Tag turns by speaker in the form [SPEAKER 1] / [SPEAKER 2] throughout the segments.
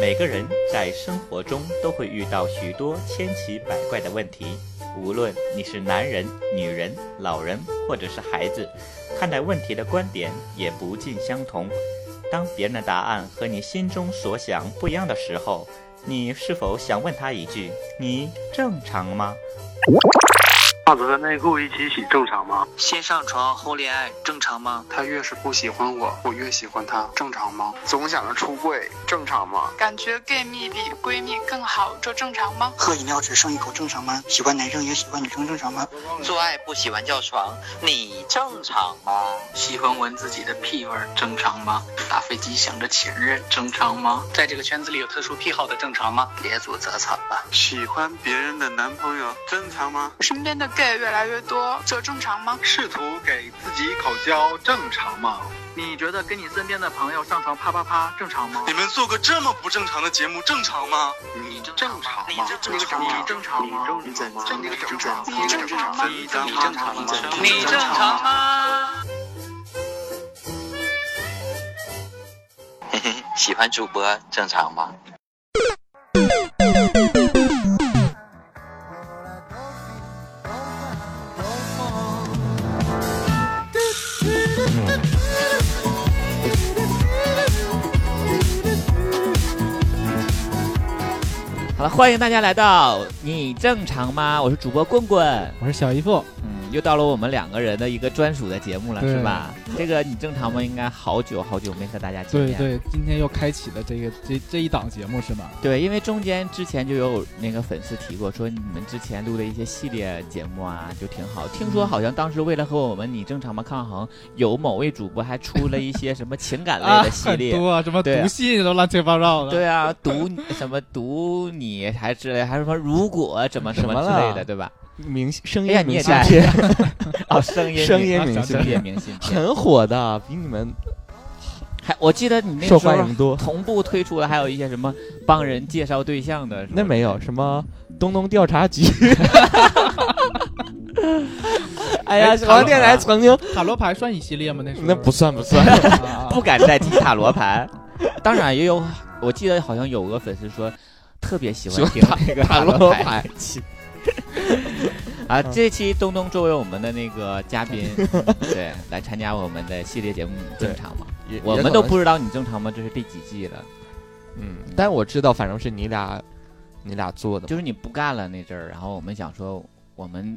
[SPEAKER 1] 每个人在生活中都会遇到许多千奇百怪的问题，无论你是男人、女人、老人或者是孩子，看待问题的观点也不尽相同。当别人的答案和你心中所想不一样的时候，你是否想问他一句：“你正常吗
[SPEAKER 2] 袜子和内裤一起洗正常吗？
[SPEAKER 3] 先上床后恋爱正常吗？
[SPEAKER 2] 他越是不喜欢我，我越喜欢他，正常吗？总想着出柜，正常吗？
[SPEAKER 4] 感觉 gay 蜜比闺蜜更好，这正常吗？
[SPEAKER 5] 喝饮料只剩一口正常吗？喜欢男生也喜欢女生正常吗？
[SPEAKER 3] 做爱不喜欢叫床，你正常吗？
[SPEAKER 6] 喜欢闻自己的屁味儿正常吗？打飞机想着前任正常吗？在这个圈子里有特殊癖好的正常吗？别组则惨吧。
[SPEAKER 2] 喜欢别人的男朋友正常吗？
[SPEAKER 4] 身边的 gay 越来越多，这正常吗？
[SPEAKER 2] 试图给自己口交正常吗？
[SPEAKER 6] 你觉得跟你身边的朋友上床啪啪啪正常吗？
[SPEAKER 7] 你们做个这么不正常的节目正常吗？
[SPEAKER 2] 你正常吗？
[SPEAKER 6] 你正常吗
[SPEAKER 2] 你正常吗？你正常吗？
[SPEAKER 6] 你正常吗
[SPEAKER 4] 你正常吗
[SPEAKER 2] 你正常吗？
[SPEAKER 3] 你正常吗？嘿嘿，喜欢主播正常吗？
[SPEAKER 8] 好了，欢迎大家来到《你正常吗》，我是主播棍棍。
[SPEAKER 9] 我是小姨夫，
[SPEAKER 8] 嗯，又到了我们两个人的一个专属的节目了，
[SPEAKER 9] 对
[SPEAKER 8] 是吧？这个你正常吗？应该好久好久没和大家见
[SPEAKER 1] 啊
[SPEAKER 9] 对
[SPEAKER 8] 面。
[SPEAKER 9] 对，今天又开启了这个这这一档节目是吗？
[SPEAKER 8] 对因为中间之前就有那个粉丝提过，说你们之前录的一些系列节目啊，就挺好。听
[SPEAKER 9] 嗯
[SPEAKER 8] 说好像当时为了和我们《你正常吗》抗衡，有某位主播还出了一些什么情感类的系
[SPEAKER 9] 很
[SPEAKER 8] 列。
[SPEAKER 9] 多啊，什么
[SPEAKER 8] 对啊
[SPEAKER 9] 读信都乱七八糟的。
[SPEAKER 8] 对啊，读什么读你还之类，还是什么如果怎么什么
[SPEAKER 10] 什么
[SPEAKER 8] 之
[SPEAKER 10] 了
[SPEAKER 8] 类的，对吧？
[SPEAKER 10] 明星声
[SPEAKER 8] 哎呀，
[SPEAKER 10] 音
[SPEAKER 8] 你
[SPEAKER 10] 明
[SPEAKER 8] 也
[SPEAKER 10] 信
[SPEAKER 8] 在
[SPEAKER 10] 片
[SPEAKER 8] 哦，声 音
[SPEAKER 10] 声音
[SPEAKER 8] 啊
[SPEAKER 10] 明信
[SPEAKER 8] 声音
[SPEAKER 10] 片
[SPEAKER 8] 明信片。
[SPEAKER 10] 很火的，比你们
[SPEAKER 8] 还我记得你那时
[SPEAKER 10] 受
[SPEAKER 8] 候
[SPEAKER 10] 欢迎多。
[SPEAKER 8] 同步推出了，还有一些什么帮人介绍对象的，
[SPEAKER 10] 那没有什么东东调查局。 哎呀，
[SPEAKER 8] 哎
[SPEAKER 10] 小王电台曾经
[SPEAKER 9] 塔罗牌算一系列吗？那时候
[SPEAKER 10] 那不算不算，
[SPEAKER 9] 啊
[SPEAKER 8] 不敢再提塔罗牌。 当然也有，我记得好像有个粉丝说特别喜欢听那个
[SPEAKER 10] 塔
[SPEAKER 8] 罗
[SPEAKER 10] 罗
[SPEAKER 8] 牌
[SPEAKER 10] 牌。
[SPEAKER 8] 啊。这期东东作为我们的那个嘉 宾，对，来参加我们的系列节目，你正常吗？
[SPEAKER 10] 也
[SPEAKER 8] 我
[SPEAKER 10] 也
[SPEAKER 8] 们
[SPEAKER 10] 可
[SPEAKER 8] 都
[SPEAKER 10] 能
[SPEAKER 8] 不知道你正常吗？这是第几季了？
[SPEAKER 10] 嗯，但我知道，反正是你俩，你俩做的嘛。
[SPEAKER 8] 就是你不干了那阵儿，然后我们想说，我们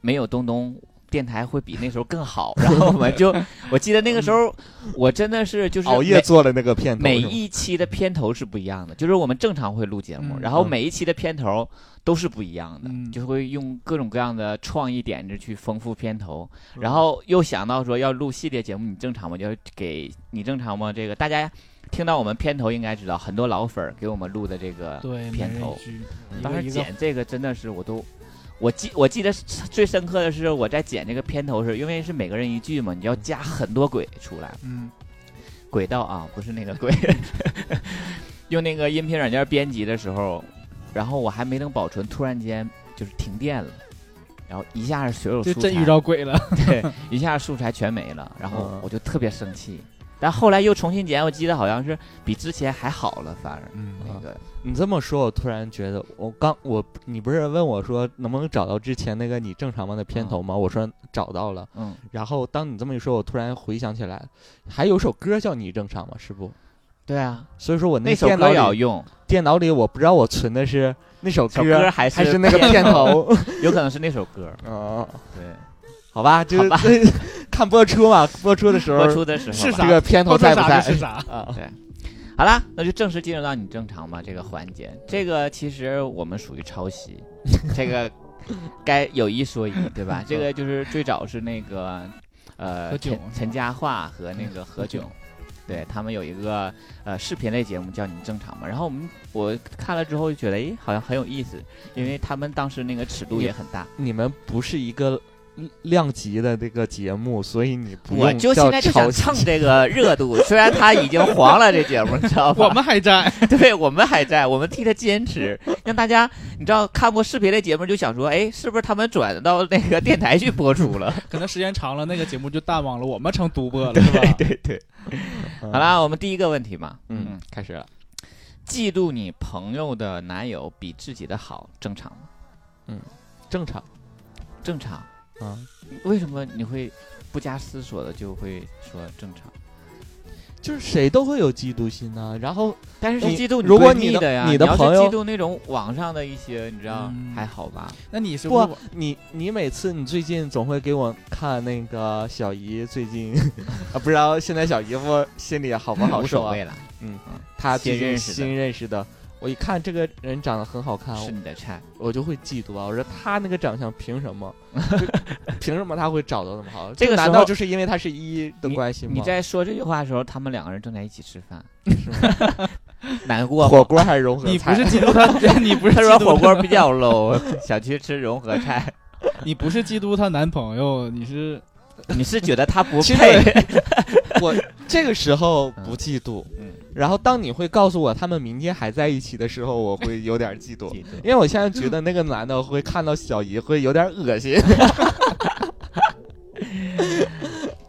[SPEAKER 8] 没有东东，电台会比那时候更好。然后我们 就，我记得那个时候，我真的是就是
[SPEAKER 10] 熬夜
[SPEAKER 8] 每
[SPEAKER 10] 做了那个片头，
[SPEAKER 8] 每
[SPEAKER 10] 是吗
[SPEAKER 8] 一期的片头是不一样的，就是我们正常会录节目，
[SPEAKER 9] 嗯
[SPEAKER 8] 然后
[SPEAKER 10] 嗯
[SPEAKER 8] 每一期的片头都是不一样的，
[SPEAKER 9] 嗯
[SPEAKER 8] 就会用各种各样的创意点子去丰富片头，然后又想到说要录系列节目，你正常吗？就是给你正常吗？这个大家听到我们片头应该知道，很多老粉儿给我们录的这个
[SPEAKER 9] 对
[SPEAKER 8] 片头，，
[SPEAKER 9] 每人一句
[SPEAKER 8] 嗯当时
[SPEAKER 9] 一个一个
[SPEAKER 8] 剪这个真的是我都，我记我记得最深刻的是我在剪这个片头时，因为是每个人一句嘛，你要加很多鬼出来，
[SPEAKER 9] 嗯，
[SPEAKER 8] 轨道啊，不是那个鬼， 用那个音频软件编辑的时候，然后我还没能保存，突然间就是停电了。然后一下子所有
[SPEAKER 9] 这
[SPEAKER 8] 素材
[SPEAKER 9] 真遇到鬼了。
[SPEAKER 8] 对，一下素材全没了，然后
[SPEAKER 10] 嗯
[SPEAKER 8] 我就特别生气。但后来又重新剪，我记得好像是比之前还好了，反而
[SPEAKER 9] 嗯
[SPEAKER 8] 那个
[SPEAKER 10] 你这么说，我突然觉得，我刚我你不是问我说能不能找到之前那个你正常吗的片头吗？
[SPEAKER 6] 嗯
[SPEAKER 10] 我说找到了。
[SPEAKER 8] 嗯，
[SPEAKER 10] 然后当你这么一说，我突然回想起来，还有首歌叫你正常吗？是不？
[SPEAKER 8] 对啊，
[SPEAKER 10] 所以说我
[SPEAKER 8] 那首
[SPEAKER 10] 电
[SPEAKER 8] 歌
[SPEAKER 10] 脑
[SPEAKER 8] 也要
[SPEAKER 10] 里，
[SPEAKER 8] 用，
[SPEAKER 10] 电脑里我不知道我存的是那首
[SPEAKER 8] 小
[SPEAKER 10] 歌
[SPEAKER 8] 歌还是
[SPEAKER 10] 还是那个片头。
[SPEAKER 8] 有可能是那首歌。
[SPEAKER 10] 嗯，
[SPEAKER 8] 对，
[SPEAKER 10] 好吧，就
[SPEAKER 8] 好吧
[SPEAKER 10] 是 看播出嘛，播出的时候
[SPEAKER 8] 播出的时候吧
[SPEAKER 9] 是啥
[SPEAKER 10] 这个片头在不在
[SPEAKER 9] 是 啥？
[SPEAKER 10] 啊？
[SPEAKER 8] 对。好啦，那就正式进入到你正常吧这个环节。这个其实我们属于抄袭，这个该有一说一，对吧？这个就是最早是那个呃
[SPEAKER 9] 何炅
[SPEAKER 8] 陈陈嘉桦和那个何
[SPEAKER 9] 何
[SPEAKER 8] 炅
[SPEAKER 9] 炅，
[SPEAKER 8] 对他们有一个呃视频类节目叫《你正常吗》，然后我们我看了之后就觉得，诶，好像很有意思，因为他们当时那个尺度也很大。
[SPEAKER 10] 你们不是一个量级的这个节目，所以你不
[SPEAKER 8] 我
[SPEAKER 10] 用
[SPEAKER 8] 就
[SPEAKER 10] 叫
[SPEAKER 8] 现在就想
[SPEAKER 10] 抄袭
[SPEAKER 8] 蹭这个热度，虽然他已经黄了这节目，你知道吧？
[SPEAKER 9] 我们还在，
[SPEAKER 8] 对我们还在，我们替他 坚持，让大家你知道看过视频类节目就想说，哎，是不是他们转到那个电台去播出 了？
[SPEAKER 9] 可能时间长了，那个节目就淡忘了，我们成独播了，是吧？
[SPEAKER 8] 对对，好啦，我们第一个问题嘛，嗯
[SPEAKER 10] 嗯，，开始了。
[SPEAKER 8] 嫉妒你朋友的男友比自己的好，正常吗？
[SPEAKER 10] 正常
[SPEAKER 8] 正常。
[SPEAKER 10] 啊，
[SPEAKER 8] 为什么你会不加思索的就会说正常？
[SPEAKER 10] 就是谁都会有嫉妒心呐、然后
[SPEAKER 8] 但是是
[SPEAKER 10] 你
[SPEAKER 8] 嫉妒
[SPEAKER 10] 如
[SPEAKER 8] 闺
[SPEAKER 10] 果
[SPEAKER 8] 蜜
[SPEAKER 10] 你的
[SPEAKER 8] 的呀，
[SPEAKER 10] 你的
[SPEAKER 8] 要是
[SPEAKER 10] 朋友
[SPEAKER 8] 嫉妒那种网上的一些，你知道、
[SPEAKER 9] 嗯
[SPEAKER 8] 还好吧？
[SPEAKER 9] 那 你是
[SPEAKER 10] 不
[SPEAKER 9] 不是
[SPEAKER 10] 你你每次你最近总会给我看那个小姨最近 啊，不知道现在小姨夫心里好不好
[SPEAKER 8] 无
[SPEAKER 10] 受
[SPEAKER 8] 所
[SPEAKER 10] 啊
[SPEAKER 8] 谓？了，
[SPEAKER 10] 他最
[SPEAKER 8] 新认
[SPEAKER 10] 近
[SPEAKER 8] 识的
[SPEAKER 10] 新认识的，我一看这个人长得很好看，
[SPEAKER 8] 是你的菜。
[SPEAKER 10] 我就会嫉妒啊！我说他那个长相凭什 么？就凭什么他会找到那么好？
[SPEAKER 8] 这个时
[SPEAKER 10] 难
[SPEAKER 8] 候
[SPEAKER 10] 道就是因为他是一的关系吗？
[SPEAKER 8] 你在说这句话的时候，他们两个人正在一起吃饭，难过
[SPEAKER 10] 火
[SPEAKER 8] 吗？
[SPEAKER 10] 锅还是融合菜？
[SPEAKER 9] 你不 是嫉妒 他，你不是
[SPEAKER 8] 他说
[SPEAKER 9] 嫉妒
[SPEAKER 8] 火锅比较 low，想 去吃融合菜。
[SPEAKER 9] 你不是嫉妒她男朋友，你是
[SPEAKER 8] 你是觉得他 不
[SPEAKER 10] 其
[SPEAKER 8] 配？
[SPEAKER 10] 我这个时候不嫉妒，
[SPEAKER 8] 嗯
[SPEAKER 10] 然后当你会告诉我他们明天还在一起的时候，我会有点嫉妒，
[SPEAKER 8] 嫉妒
[SPEAKER 10] 因为我现在觉得那个男的会看到小姨会有点恶心。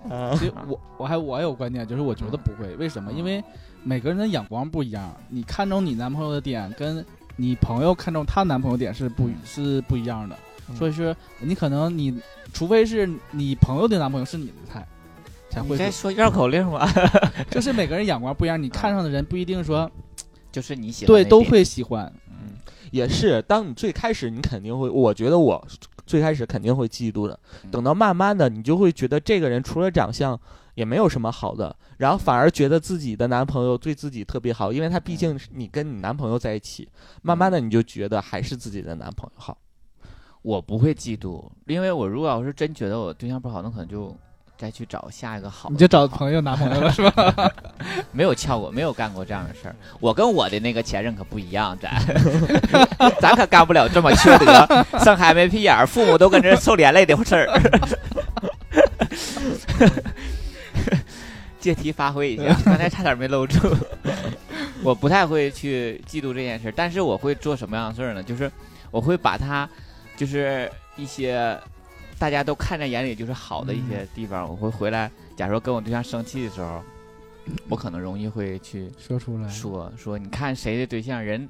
[SPEAKER 10] 啊，
[SPEAKER 9] 其实我我还我有观点，就是我觉得不会，为什么？因为每个人的眼光不一样，你看中你男朋友的点，跟你朋友看中她男朋友点是不是不一样的。所以说，你可能你除非是你朋友的男朋友是你的菜，才
[SPEAKER 8] 你
[SPEAKER 9] 会
[SPEAKER 8] 在
[SPEAKER 9] 说
[SPEAKER 8] 说绕口令吗？
[SPEAKER 9] 就是每个人眼光不一样，你看上的人不一定说
[SPEAKER 8] 就是你喜欢
[SPEAKER 9] 对
[SPEAKER 8] 那
[SPEAKER 9] 都
[SPEAKER 8] 嗯点
[SPEAKER 9] 会喜欢。
[SPEAKER 10] 也是，当你最开始你肯定会，我觉得我最开始肯定会嫉妒的，等到慢慢的你就会觉得这个人除了长相也没有什么好的，然后反而觉得自己的男朋友对自己特别好，因为他毕竟是你跟你男朋友在一起，慢慢的你就觉得还是自己的男朋友好。
[SPEAKER 8] 我不会嫉妒，因为我如果要是真觉得我对象不好，那可能就再去找下一个好的。
[SPEAKER 9] 你就找朋友男朋友了是吧？
[SPEAKER 8] 没有撬过，没有干过这样的事儿。我跟我的那个前任可不一样，咱 咱可干不了这么缺德、生孩没屁眼儿、父母都跟着受连累的事儿。 借题发挥一下，刚才差点没搂住。 我不太会去嫉妒这件事儿，但是我会做什么样的事儿呢？就是我会把它，就是一些大家都看在眼里就是好的一些地方，我会回来。假如跟我对象生气的时候，我可能容易会去
[SPEAKER 9] 说出来，
[SPEAKER 8] 说说，你看谁的对象人，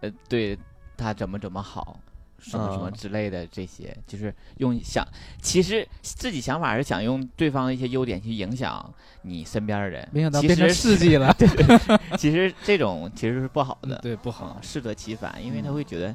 [SPEAKER 8] 呃，对他怎么怎么好，什么什么
[SPEAKER 10] 嗯
[SPEAKER 8] 之类的，这些就是用想，其实自己想法是想用对方的一些优点去影响你身边的人，
[SPEAKER 9] 没想到
[SPEAKER 8] 其
[SPEAKER 9] 变成
[SPEAKER 8] 实
[SPEAKER 9] 事迹 了。嗯
[SPEAKER 8] 其实这种其实是不好的，
[SPEAKER 9] 对，不好。嗯
[SPEAKER 8] 啊，适得其反，因为他会觉得。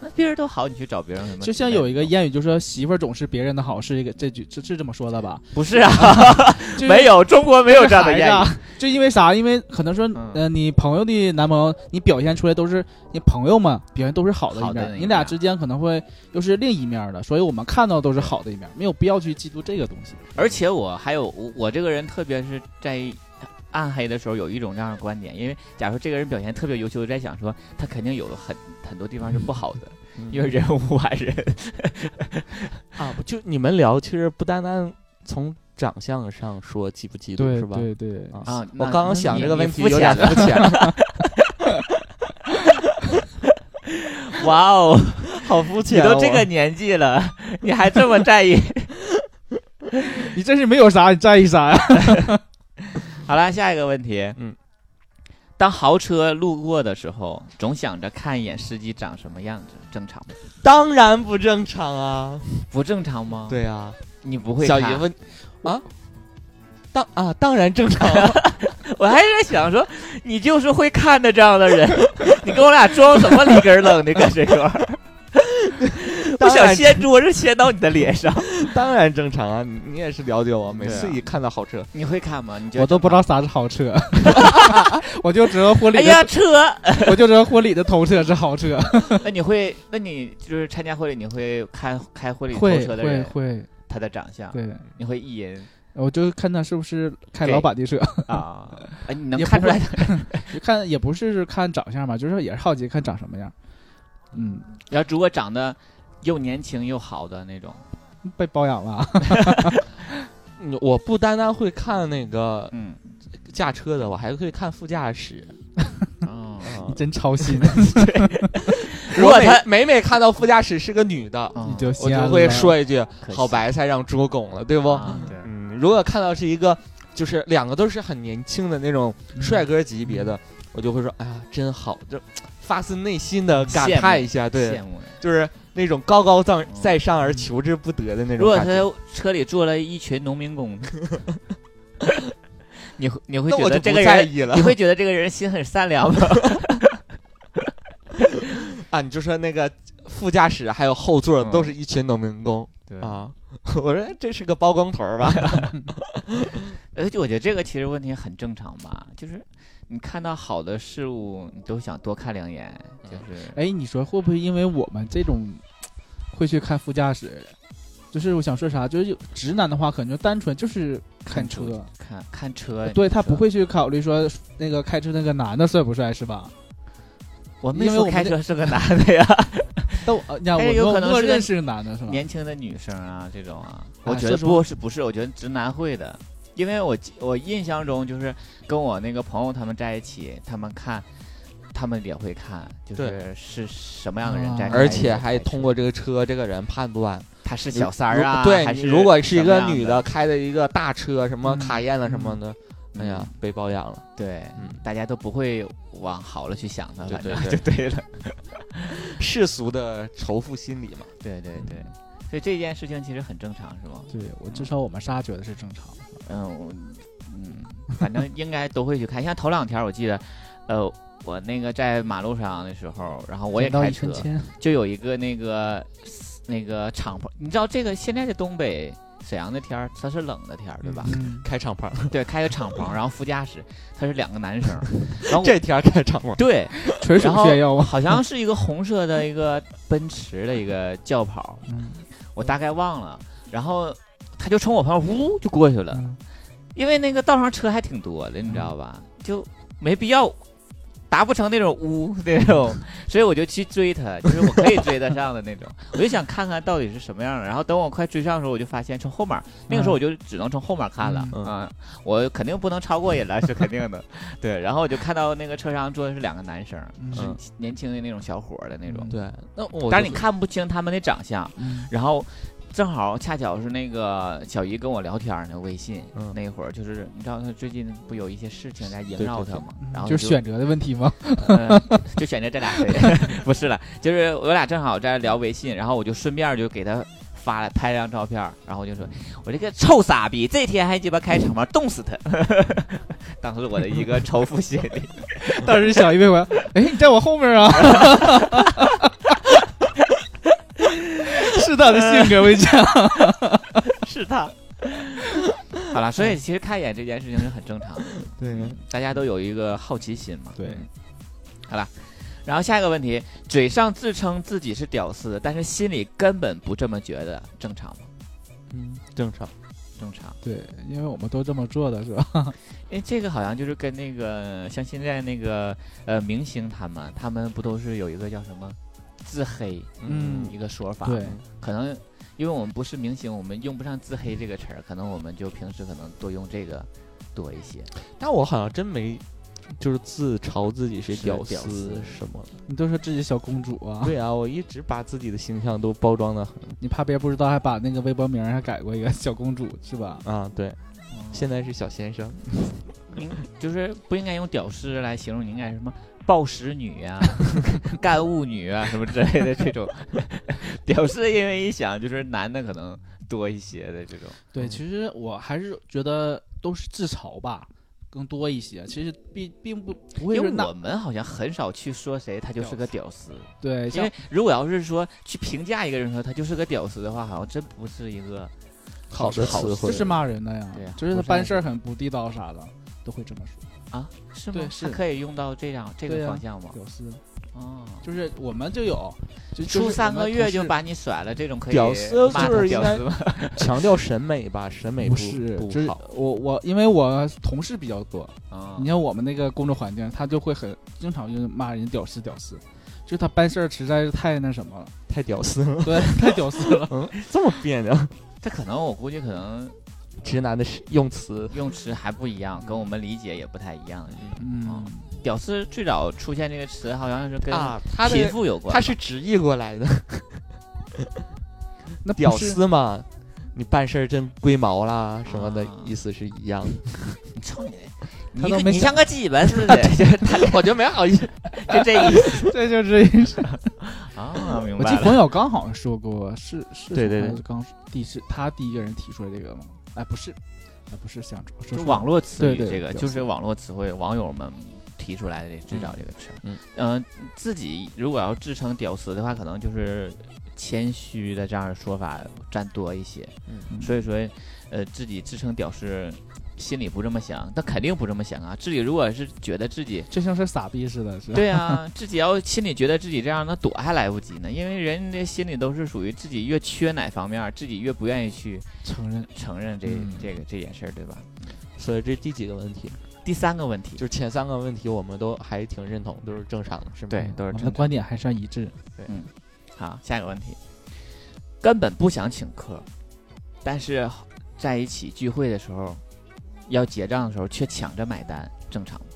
[SPEAKER 8] 那别人都好，你去找别人什么？
[SPEAKER 9] 就像有一个谚语，就说“媳妇儿总是别人的好”，是一个这句是是这么说的 吧？
[SPEAKER 8] 不是啊，
[SPEAKER 9] 就是
[SPEAKER 8] 没有中国没有这样的
[SPEAKER 9] 孩子
[SPEAKER 8] 谚
[SPEAKER 9] 啊
[SPEAKER 8] 语。
[SPEAKER 9] 就因为啥？因为可能说，
[SPEAKER 8] 嗯
[SPEAKER 9] 呃，你朋友的男朋友，你表现出来都是你朋友嘛，表现都是好的一
[SPEAKER 8] 好的
[SPEAKER 9] 面，
[SPEAKER 8] 那一
[SPEAKER 9] 你俩
[SPEAKER 8] 面
[SPEAKER 9] 之间可能会又是另一面的，所以我们看到都是好的一面，没有必要去嫉妒这个东西。
[SPEAKER 8] 而且我还有我我这个人，特别是在暗黑的时候，有一种这样的观点，因为假如说这个人表现特别优秀，我在想说他肯定有很很多地方是不好的，
[SPEAKER 10] 嗯
[SPEAKER 8] 因为人无完 人。
[SPEAKER 10] 啊，不就你们聊，其实不单单从长相上说嫉不嫉妒是吧？
[SPEAKER 9] 对
[SPEAKER 10] 啊
[SPEAKER 8] 啊，
[SPEAKER 10] 我
[SPEAKER 8] 那
[SPEAKER 10] 刚
[SPEAKER 8] 那
[SPEAKER 10] 刚想
[SPEAKER 8] 你
[SPEAKER 10] 这个
[SPEAKER 8] 你
[SPEAKER 10] 问题
[SPEAKER 8] 肤
[SPEAKER 10] 有点
[SPEAKER 8] 浅了
[SPEAKER 10] 肤浅，
[SPEAKER 8] 哇哦，
[SPEAKER 10] 好肤
[SPEAKER 8] 你
[SPEAKER 10] 浅啊。
[SPEAKER 8] 都这个年纪了，你还这么在意？
[SPEAKER 9] 你真是没有啥，你在意啥呀？
[SPEAKER 8] 好了，下一个问题，
[SPEAKER 10] 嗯。
[SPEAKER 8] 当豪车路过的时候，总想着看一眼司机长什么样子，正常吗？
[SPEAKER 10] 我当然不正常 啊。
[SPEAKER 8] 不正常吗？，
[SPEAKER 10] 对啊，
[SPEAKER 8] 你不会
[SPEAKER 10] 小
[SPEAKER 8] 看
[SPEAKER 10] 姨夫啊，当啊当然正常。
[SPEAKER 8] 我还在想说，你就是会看的这样的人， 你跟我俩装什么里根儿冷的搁这块儿？ 我
[SPEAKER 10] 当
[SPEAKER 8] 想
[SPEAKER 10] 然
[SPEAKER 8] 掀桌子掀到你的脸上，
[SPEAKER 10] 当然正常啊，你你也是了解我，每
[SPEAKER 8] 对啊
[SPEAKER 10] 次一看到好车，
[SPEAKER 8] 你会看吗？你觉得
[SPEAKER 9] 我都不知道啥是豪车， 我就知道婚礼
[SPEAKER 8] 哎
[SPEAKER 9] 的，
[SPEAKER 8] 呀，车！
[SPEAKER 9] 我就知道婚礼的头车是豪车，
[SPEAKER 8] 那你会，那你就是参加婚礼，你会看开婚礼拖
[SPEAKER 9] 会
[SPEAKER 8] 车的
[SPEAKER 9] 会
[SPEAKER 8] 人
[SPEAKER 9] 会，
[SPEAKER 8] 他的长相，
[SPEAKER 9] 对，
[SPEAKER 8] 你会意淫
[SPEAKER 9] 我就看他是不是开
[SPEAKER 8] 给
[SPEAKER 9] 老板的车。
[SPEAKER 8] 啊？哎，你能
[SPEAKER 9] 也
[SPEAKER 8] 看
[SPEAKER 9] 不
[SPEAKER 8] 出来
[SPEAKER 9] 会
[SPEAKER 8] 他
[SPEAKER 9] 就看也不是是看长相吧，就是也是好奇看长什么样。嗯，
[SPEAKER 8] 要如果长得又年轻又好的那种，
[SPEAKER 9] 被包养了，
[SPEAKER 10] 嗯我不单单会看那个
[SPEAKER 8] 嗯，
[SPEAKER 10] 驾车的，我还会看副驾驶。
[SPEAKER 8] 哦，
[SPEAKER 10] 嗯
[SPEAKER 9] 真操 心，
[SPEAKER 8] 如果
[SPEAKER 10] 我每
[SPEAKER 8] 他
[SPEAKER 10] 每每看到副驾驶是个女的，
[SPEAKER 8] 哦
[SPEAKER 9] 你就
[SPEAKER 10] 我
[SPEAKER 9] 心安
[SPEAKER 10] 就
[SPEAKER 9] 了
[SPEAKER 10] 会说一句
[SPEAKER 8] 可：“惜
[SPEAKER 10] 好白菜让猪拱了，对不
[SPEAKER 8] 啊对？”
[SPEAKER 10] 嗯，如果看到是一个就是两个都是很年轻的那种帅哥级别的，我就会说，哎呀，真好，就发自内心的
[SPEAKER 9] 呃
[SPEAKER 10] 感
[SPEAKER 8] 羡
[SPEAKER 10] 叹
[SPEAKER 8] 慕
[SPEAKER 10] 一下，对
[SPEAKER 8] 羡，慕呀。
[SPEAKER 10] 就是那种高高在在上而求之不得的那种
[SPEAKER 8] 如果
[SPEAKER 10] 感觉。
[SPEAKER 8] 他车里坐了一群农民工， 你会你会
[SPEAKER 10] 那
[SPEAKER 8] 觉
[SPEAKER 10] 我
[SPEAKER 8] 得
[SPEAKER 10] 就
[SPEAKER 8] 这
[SPEAKER 10] 不
[SPEAKER 8] 个
[SPEAKER 10] 在
[SPEAKER 8] 人，
[SPEAKER 10] 意了
[SPEAKER 8] 你会觉得这个人心很善良吗？
[SPEAKER 10] 啊！你就说那个副驾驶还有后座
[SPEAKER 8] 嗯
[SPEAKER 10] 都是一群农民工
[SPEAKER 8] 对，
[SPEAKER 10] 啊， 我说这是个包工头儿吧？
[SPEAKER 8] 而呃且我觉得这个其实问题很正常吧，就是你看到好的事物，你都想多看两眼，就是
[SPEAKER 9] 哎，你说会不会因为我们这种会去看副驾驶？就是我想说啥，就是有直男的话，可能就单纯就是看
[SPEAKER 8] 看
[SPEAKER 9] 车，
[SPEAKER 8] 看看车，
[SPEAKER 9] 对
[SPEAKER 8] 你
[SPEAKER 9] 他
[SPEAKER 8] 说
[SPEAKER 9] 不。会去考虑说那个开车那个男的帅不帅，是吧？
[SPEAKER 8] 我没
[SPEAKER 9] 因为
[SPEAKER 8] 说
[SPEAKER 9] 我们
[SPEAKER 8] 开
[SPEAKER 9] 这
[SPEAKER 8] 车是个男的呀，
[SPEAKER 9] 但我呃呀，
[SPEAKER 8] 但
[SPEAKER 9] 我
[SPEAKER 8] 是哎有
[SPEAKER 9] 默
[SPEAKER 8] 可能
[SPEAKER 9] 默
[SPEAKER 8] 是个
[SPEAKER 9] 认是个男的，是吧？
[SPEAKER 8] 年轻的女生啊，这种啊，
[SPEAKER 9] 啊
[SPEAKER 8] 我觉
[SPEAKER 9] 说
[SPEAKER 8] 得
[SPEAKER 9] 实
[SPEAKER 8] 不是不是，我觉得直男会的，因为我记我印象中就是跟我那个朋友他们在一起，他们看，他们也会看，就是是什么样的人在
[SPEAKER 9] 啊
[SPEAKER 8] 看，
[SPEAKER 10] 而 且还通过这个车这个人判断，
[SPEAKER 8] 他是小三儿啊，
[SPEAKER 10] 如对，
[SPEAKER 8] 还
[SPEAKER 10] 你
[SPEAKER 8] 是
[SPEAKER 10] 如果是一
[SPEAKER 8] 什么
[SPEAKER 10] 个
[SPEAKER 8] 样
[SPEAKER 10] 女
[SPEAKER 8] 的，
[SPEAKER 10] 的开的一个大车，什么
[SPEAKER 9] 嗯
[SPEAKER 10] 卡宴了什么的，哎呀
[SPEAKER 8] 嗯，
[SPEAKER 10] 被包养了。
[SPEAKER 8] 对，
[SPEAKER 10] 嗯
[SPEAKER 8] 大家都不会往好了去想他，
[SPEAKER 10] 对
[SPEAKER 8] 反正
[SPEAKER 10] 对
[SPEAKER 8] 就对 了，
[SPEAKER 10] 世俗的仇富心理嘛。
[SPEAKER 8] 对对对，所以这件事情其实很正常，是吗？
[SPEAKER 9] 对我至少我们仨觉得是正常的。
[SPEAKER 8] 嗯，我嗯，反正应该都会去看。像头两天我记得，呃，我那个在马路上的时候，然后我也
[SPEAKER 9] 捡到
[SPEAKER 8] 开
[SPEAKER 9] 一
[SPEAKER 8] 车
[SPEAKER 9] 分，钱，
[SPEAKER 8] 就有一个那个那个敞篷，你知道这个现在的东北沈阳的天儿，它是冷的天儿，对 吧？
[SPEAKER 9] 嗯，
[SPEAKER 10] 开敞篷，
[SPEAKER 8] 对，开个敞篷，然后副驾驶他是两个男生，然后我
[SPEAKER 10] 这天儿开敞篷，
[SPEAKER 8] 对，
[SPEAKER 9] 纯属
[SPEAKER 8] 然后
[SPEAKER 9] 炫耀啊！
[SPEAKER 8] 好像是一个红色的一个奔驰的一个轿跑，
[SPEAKER 9] 嗯
[SPEAKER 8] 我大概忘了。然后他就从我旁边呜就过去了，
[SPEAKER 9] 嗯
[SPEAKER 8] 因为那个道上车还挺多的，你知道吧？就没必要达不成那种呜那 种，所以我就去追他，就是我可以追得上的那种。 我就想看看到底是什么样的。然后等我快追上的时候，我就发现从后面儿，那个时候我就只能从后面儿看了，
[SPEAKER 10] 嗯
[SPEAKER 8] 啊，我肯定不能超过人了，是肯定的。对，然后我就看到那个车上坐的是两个男生，
[SPEAKER 9] 嗯
[SPEAKER 8] 是年轻的那种小伙儿的那种，
[SPEAKER 10] 对，那我
[SPEAKER 8] 但是
[SPEAKER 10] 就
[SPEAKER 8] 你看不清他们的长相。
[SPEAKER 9] 嗯
[SPEAKER 8] 然后正好恰巧是那个小姨跟我聊天呢，微信、
[SPEAKER 10] 嗯
[SPEAKER 8] 那会儿就是你知道她最近不有一些事情在萦
[SPEAKER 10] 对
[SPEAKER 8] 绕
[SPEAKER 10] 对
[SPEAKER 8] 她吗？然后
[SPEAKER 9] 就
[SPEAKER 8] 我
[SPEAKER 9] 是选择的问题吗？
[SPEAKER 8] 呃就选择这俩谁， 不是了，就是我俩正好在聊微信，然后我就顺便就给她发了拍了张照片儿，然后我就说我这个臭傻逼，这天还鸡巴开敞篷，冻死他！ 当时我的一个仇富心理，
[SPEAKER 9] 当时小姨问我，哎，你在我后面啊？ 是他的性格，我跟你 讲，
[SPEAKER 8] 是他。好了，所以其实看一眼这件事情是很正常的，
[SPEAKER 10] 对
[SPEAKER 8] 大家都有一个好奇心嘛。
[SPEAKER 9] 对
[SPEAKER 8] 嗯，好了，然后下一个问题，嘴上自称自己是屌丝，但是心里根本不这么觉得，正常吗？
[SPEAKER 10] 嗯正常，
[SPEAKER 8] 正常，
[SPEAKER 9] 对，因为我们都这么做的是吧？
[SPEAKER 8] 因为这个好像就是跟那个像现在那个呃明星他们，他们不都是有一个叫什么自黑
[SPEAKER 9] 嗯
[SPEAKER 8] 一个说法？
[SPEAKER 9] 对，
[SPEAKER 8] 可能因为我们不是明星，我们用不上自黑这个词儿，可能我们就平时可能多用这个多一些。
[SPEAKER 10] 但我好像真没。就是自嘲自己是
[SPEAKER 8] 是
[SPEAKER 10] 屌
[SPEAKER 8] 屌丝
[SPEAKER 10] 丝什么的，
[SPEAKER 9] 你都说自己小公主啊，
[SPEAKER 10] 对啊，我一直把自己的形象都包装的很
[SPEAKER 9] 你怕别人不知道，还把那个微博名儿还改过一个小公主是吧？
[SPEAKER 10] 啊，对，
[SPEAKER 8] 现
[SPEAKER 10] 现在是小先生，
[SPEAKER 8] 就是不应该用屌丝来形容你，应该是什么暴食女啊、 干物女啊什么之类的这种。 屌丝因为一想就是男的可能多一些的这种，
[SPEAKER 9] 对，其实我还是觉得都是自嘲吧，更多一些。其实并并不不会
[SPEAKER 8] 因
[SPEAKER 9] 是
[SPEAKER 8] 为
[SPEAKER 9] 那
[SPEAKER 8] 我们好像很少去说谁他就是个屌丝，
[SPEAKER 9] 对，
[SPEAKER 8] 因
[SPEAKER 9] 像
[SPEAKER 8] 为如果要是说去评价一个人说他就是个屌丝的话，好像真不是一个
[SPEAKER 10] 好的词汇，
[SPEAKER 9] 就是骂人的呀
[SPEAKER 8] 对呀，
[SPEAKER 9] 就是
[SPEAKER 8] 不
[SPEAKER 9] 他
[SPEAKER 8] 是
[SPEAKER 9] 办事儿很不地道啥的，都会这么说。
[SPEAKER 8] 啊，是吗
[SPEAKER 9] 对？
[SPEAKER 8] 他
[SPEAKER 9] 是
[SPEAKER 8] 可以用到这样这
[SPEAKER 9] 对
[SPEAKER 8] 个
[SPEAKER 9] 呀
[SPEAKER 8] 方向吗？
[SPEAKER 9] 屌丝
[SPEAKER 8] 哦。
[SPEAKER 9] 就是我们就有，就
[SPEAKER 8] 出三个月就
[SPEAKER 9] 把。
[SPEAKER 8] 把你甩了，这种可以
[SPEAKER 10] 屌丝
[SPEAKER 8] 骂
[SPEAKER 10] 就
[SPEAKER 8] 他
[SPEAKER 10] 是
[SPEAKER 8] 屌
[SPEAKER 10] 应该
[SPEAKER 8] 丝吗？
[SPEAKER 10] 强调审美吧，审美
[SPEAKER 9] 不是，
[SPEAKER 10] 不
[SPEAKER 9] 就是
[SPEAKER 10] 不好，
[SPEAKER 9] 我我因为我同事比较多，
[SPEAKER 8] 啊
[SPEAKER 9] 你看我们那个工作环境，他就会很经常就是骂人屌丝屌丝，就是他办事儿实在是太那什么了，
[SPEAKER 10] 太屌丝 了，
[SPEAKER 9] 对， 太屌丝了。
[SPEAKER 8] 嗯
[SPEAKER 10] 这么别扭，
[SPEAKER 8] 这可能我估计可能
[SPEAKER 10] 直男的用词，
[SPEAKER 8] 用词还不一样，跟我们理解也不太一样。哦啊
[SPEAKER 9] 嗯，
[SPEAKER 8] 屌丝最早出现这个词，好像是跟
[SPEAKER 10] 啊他的
[SPEAKER 8] 贫富有关。
[SPEAKER 10] 他是直译过 来的，
[SPEAKER 9] 那不
[SPEAKER 10] 屌
[SPEAKER 9] 是
[SPEAKER 10] 丝嘛，你办事儿真龟毛啦什么的
[SPEAKER 8] 啊，
[SPEAKER 10] 意思是一样的。
[SPEAKER 8] 你瞅你，
[SPEAKER 9] 他
[SPEAKER 8] 你
[SPEAKER 9] 都没
[SPEAKER 8] 你像
[SPEAKER 9] 想，
[SPEAKER 8] 个鸡巴似的，
[SPEAKER 10] 我就没好意思。
[SPEAKER 8] 就这 意思
[SPEAKER 9] 这就是一个。
[SPEAKER 8] 啊，明
[SPEAKER 9] 我记
[SPEAKER 8] 白
[SPEAKER 9] 得
[SPEAKER 8] 了。
[SPEAKER 9] 冯友刚好像说过，是是
[SPEAKER 10] 对对对
[SPEAKER 9] 冯友刚第是他第一个人提出来这个吗？哎，不是，哎不是想说
[SPEAKER 8] 就
[SPEAKER 9] 说
[SPEAKER 8] 网络词语
[SPEAKER 9] 对对
[SPEAKER 8] 这个，
[SPEAKER 9] 有
[SPEAKER 8] 就是网络词汇，网友们提出来的这制造这个词儿。
[SPEAKER 10] 嗯
[SPEAKER 8] 呃自己如果要自称屌丝的话，可能就是谦虚的这样的说法占多一些。
[SPEAKER 10] 嗯
[SPEAKER 8] 所以说，呃，自己自称屌丝，心里不这么想，但肯定不这么想啊。自己如果是觉得自 己
[SPEAKER 9] 就像是傻逼似的，是吧？
[SPEAKER 8] 对啊，自己要心里觉得自己这样，那躲还来不及呢。因为人这心里都是属于自己越缺哪方面，自己越不愿意去
[SPEAKER 9] 承认
[SPEAKER 8] 承认这、
[SPEAKER 10] 嗯
[SPEAKER 8] 这个这件事儿，对吧？
[SPEAKER 10] 所以这第几个问题？
[SPEAKER 8] 第三个问题，
[SPEAKER 10] 就是前三个问题我们都还挺认同，都是正常的，是吗？
[SPEAKER 8] 对，都是
[SPEAKER 9] 我们
[SPEAKER 8] 真
[SPEAKER 9] 的
[SPEAKER 8] 的。
[SPEAKER 9] 观点还算一致。
[SPEAKER 10] 嗯
[SPEAKER 8] 好，下一个问题，根本不想请客，但是在一起聚会的时候，要结账的时候却抢着买单，正常吗？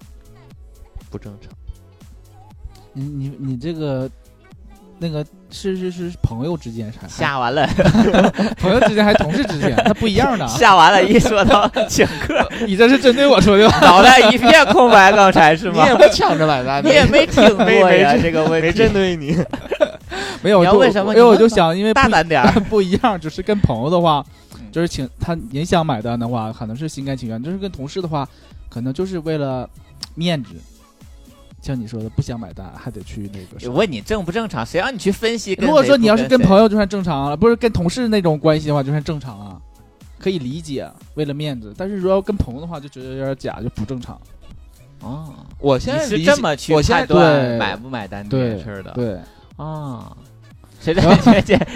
[SPEAKER 10] 啊不正常。
[SPEAKER 9] 你你你这个那个是是是朋友之间还
[SPEAKER 8] 下完了，
[SPEAKER 9] 朋友之间还同事之间，那不一样的啊。
[SPEAKER 8] 下完了，一说到请 客，
[SPEAKER 9] 你这是针对我说的吧？
[SPEAKER 8] 脑袋一片空白，刚才是
[SPEAKER 10] 你
[SPEAKER 8] 吗？
[SPEAKER 10] 也不抢着买单，
[SPEAKER 8] 你也没听过呀，这个问
[SPEAKER 10] 没
[SPEAKER 8] 题
[SPEAKER 10] 针。对你。
[SPEAKER 9] 没有，
[SPEAKER 8] 你要
[SPEAKER 9] 就
[SPEAKER 8] 问什么
[SPEAKER 9] 因为
[SPEAKER 8] 你
[SPEAKER 9] 我
[SPEAKER 8] 问
[SPEAKER 9] 就
[SPEAKER 8] 吧
[SPEAKER 9] 想，因为不
[SPEAKER 8] 大胆点儿，
[SPEAKER 9] 不一样，就是跟朋友的话
[SPEAKER 8] 嗯，
[SPEAKER 9] 就是请他您想买单的话，可能是心甘情愿；就是跟同事的话，可能就是为了面子，像你说的不想买单，还得去那个什么。
[SPEAKER 8] 问你正不正常，谁让你去分析跟谁
[SPEAKER 9] 如
[SPEAKER 8] 不谁？
[SPEAKER 9] 果说你要是跟朋友就算正常了，不是跟同事那种关系的话，就算正常啊，可以理解，为了面子。但是如果要跟朋友的话，就觉得有点假，就不正常。
[SPEAKER 8] 哦，
[SPEAKER 10] 我
[SPEAKER 8] 你
[SPEAKER 10] 现在
[SPEAKER 8] 是
[SPEAKER 10] 理
[SPEAKER 8] 这
[SPEAKER 10] 解
[SPEAKER 8] 么去
[SPEAKER 10] 我现
[SPEAKER 8] 判
[SPEAKER 10] 在
[SPEAKER 8] 断
[SPEAKER 9] 对
[SPEAKER 8] 买不买单这
[SPEAKER 9] 对
[SPEAKER 8] 件事儿的？
[SPEAKER 9] 对，
[SPEAKER 8] 啊，谁在谁在？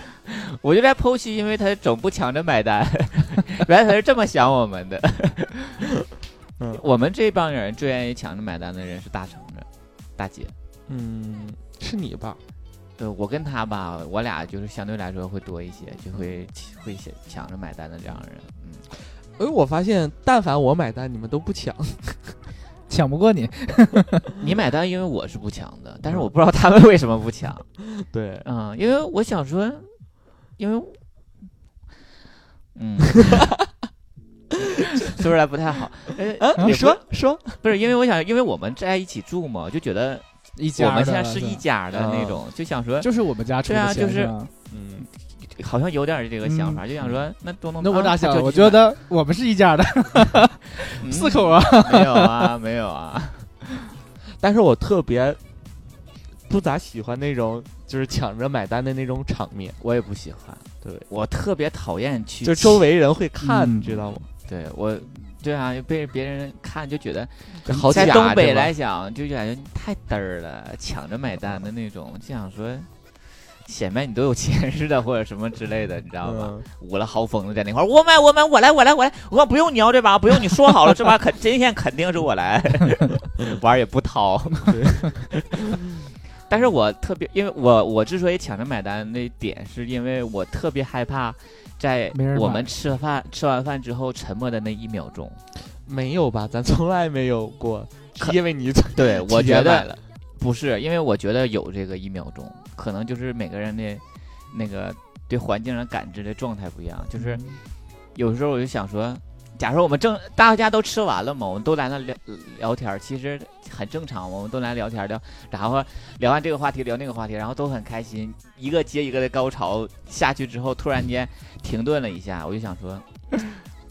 [SPEAKER 8] 我就在剖析，因为他总不抢着买单， 原来他是这么想我们的。
[SPEAKER 10] 嗯
[SPEAKER 8] 我们这帮人最愿意抢着买单的人是大橙子、大姐。
[SPEAKER 10] 嗯，是你吧？
[SPEAKER 8] 对我跟他吧，我俩就是相对来说会多一些，就会会抢抢着买单的这样的人。嗯，
[SPEAKER 10] 哎，我发现但凡我买单，你们都不抢。
[SPEAKER 9] 抢不过你，
[SPEAKER 8] 你买单，因为我是不抢的，但是我不知道他们为什么不抢。
[SPEAKER 10] 对，
[SPEAKER 8] 嗯，因为我想说，因为， 嗯，说出来不太好。呃，
[SPEAKER 10] 啊你说说，
[SPEAKER 8] 不是，因为我想，因为我们在一起住嘛，就觉得
[SPEAKER 9] 一
[SPEAKER 8] 我
[SPEAKER 9] 家
[SPEAKER 8] 们
[SPEAKER 9] 的
[SPEAKER 8] 现在
[SPEAKER 9] 了
[SPEAKER 8] 是一
[SPEAKER 9] 吧
[SPEAKER 8] 家的那
[SPEAKER 10] 嗯
[SPEAKER 8] 种，就想说，
[SPEAKER 9] 就是我们家出
[SPEAKER 8] 对啊
[SPEAKER 9] 的钱，
[SPEAKER 8] 就是
[SPEAKER 9] 吧
[SPEAKER 10] 嗯，
[SPEAKER 8] 好像有点这个想
[SPEAKER 9] 嗯
[SPEAKER 8] 法，就想说，那东东，
[SPEAKER 9] 那我
[SPEAKER 8] 啊
[SPEAKER 9] 咋
[SPEAKER 8] 他
[SPEAKER 9] 想
[SPEAKER 8] 就？
[SPEAKER 9] 我
[SPEAKER 8] 去买
[SPEAKER 9] 觉得我们是一家的，四 口啊。
[SPEAKER 8] 嗯没有啊，没有啊，
[SPEAKER 10] 但是我特别不咋喜欢那种就是抢着买单的那种场面，
[SPEAKER 8] 我也不喜欢。
[SPEAKER 10] 对
[SPEAKER 8] 我特别讨厌去
[SPEAKER 10] 就周围人会看，
[SPEAKER 9] 嗯
[SPEAKER 10] 你知道吗？
[SPEAKER 8] 对我，对啊，被别人看就觉得
[SPEAKER 10] 就好
[SPEAKER 8] 嗯在
[SPEAKER 10] 假，
[SPEAKER 8] 东北
[SPEAKER 10] 对吧
[SPEAKER 8] 来讲，就感觉你太嘚儿了，抢着买单的那种，就想说显摆你多有钱似的，或者什么之类的，你知道吗？
[SPEAKER 10] 嗯，
[SPEAKER 8] 捂了豪风的在那块儿，我买我买，我来我来我来，我不用你要这把，不用你说好了，这把肯今天肯定是 我来，玩儿也不掏。但是我特别，因为我我之所以抢着买单那点，是因为我特别害怕，在
[SPEAKER 9] 没人买
[SPEAKER 8] 我们吃了饭吃完饭之后沉默的那一秒钟，
[SPEAKER 10] 没有吧？咱从来没有过，
[SPEAKER 8] 可
[SPEAKER 10] 是因为你
[SPEAKER 8] 对 我
[SPEAKER 10] 提
[SPEAKER 8] 觉
[SPEAKER 10] 前
[SPEAKER 8] 得
[SPEAKER 10] 买了，
[SPEAKER 8] 不是，因为我觉得有这个一秒钟，可能就是每个人的那个对环境的感知的状态不一样。就是有时候我就想说，假如我们正大家都吃完了嘛，我们都来那聊聊天儿，其实很正常嘛，我们都来聊天儿聊，然后聊完这个话题聊那个话题，然后都很开心，一个接一个的高潮下去之后，突然间停顿了一下，我就想说。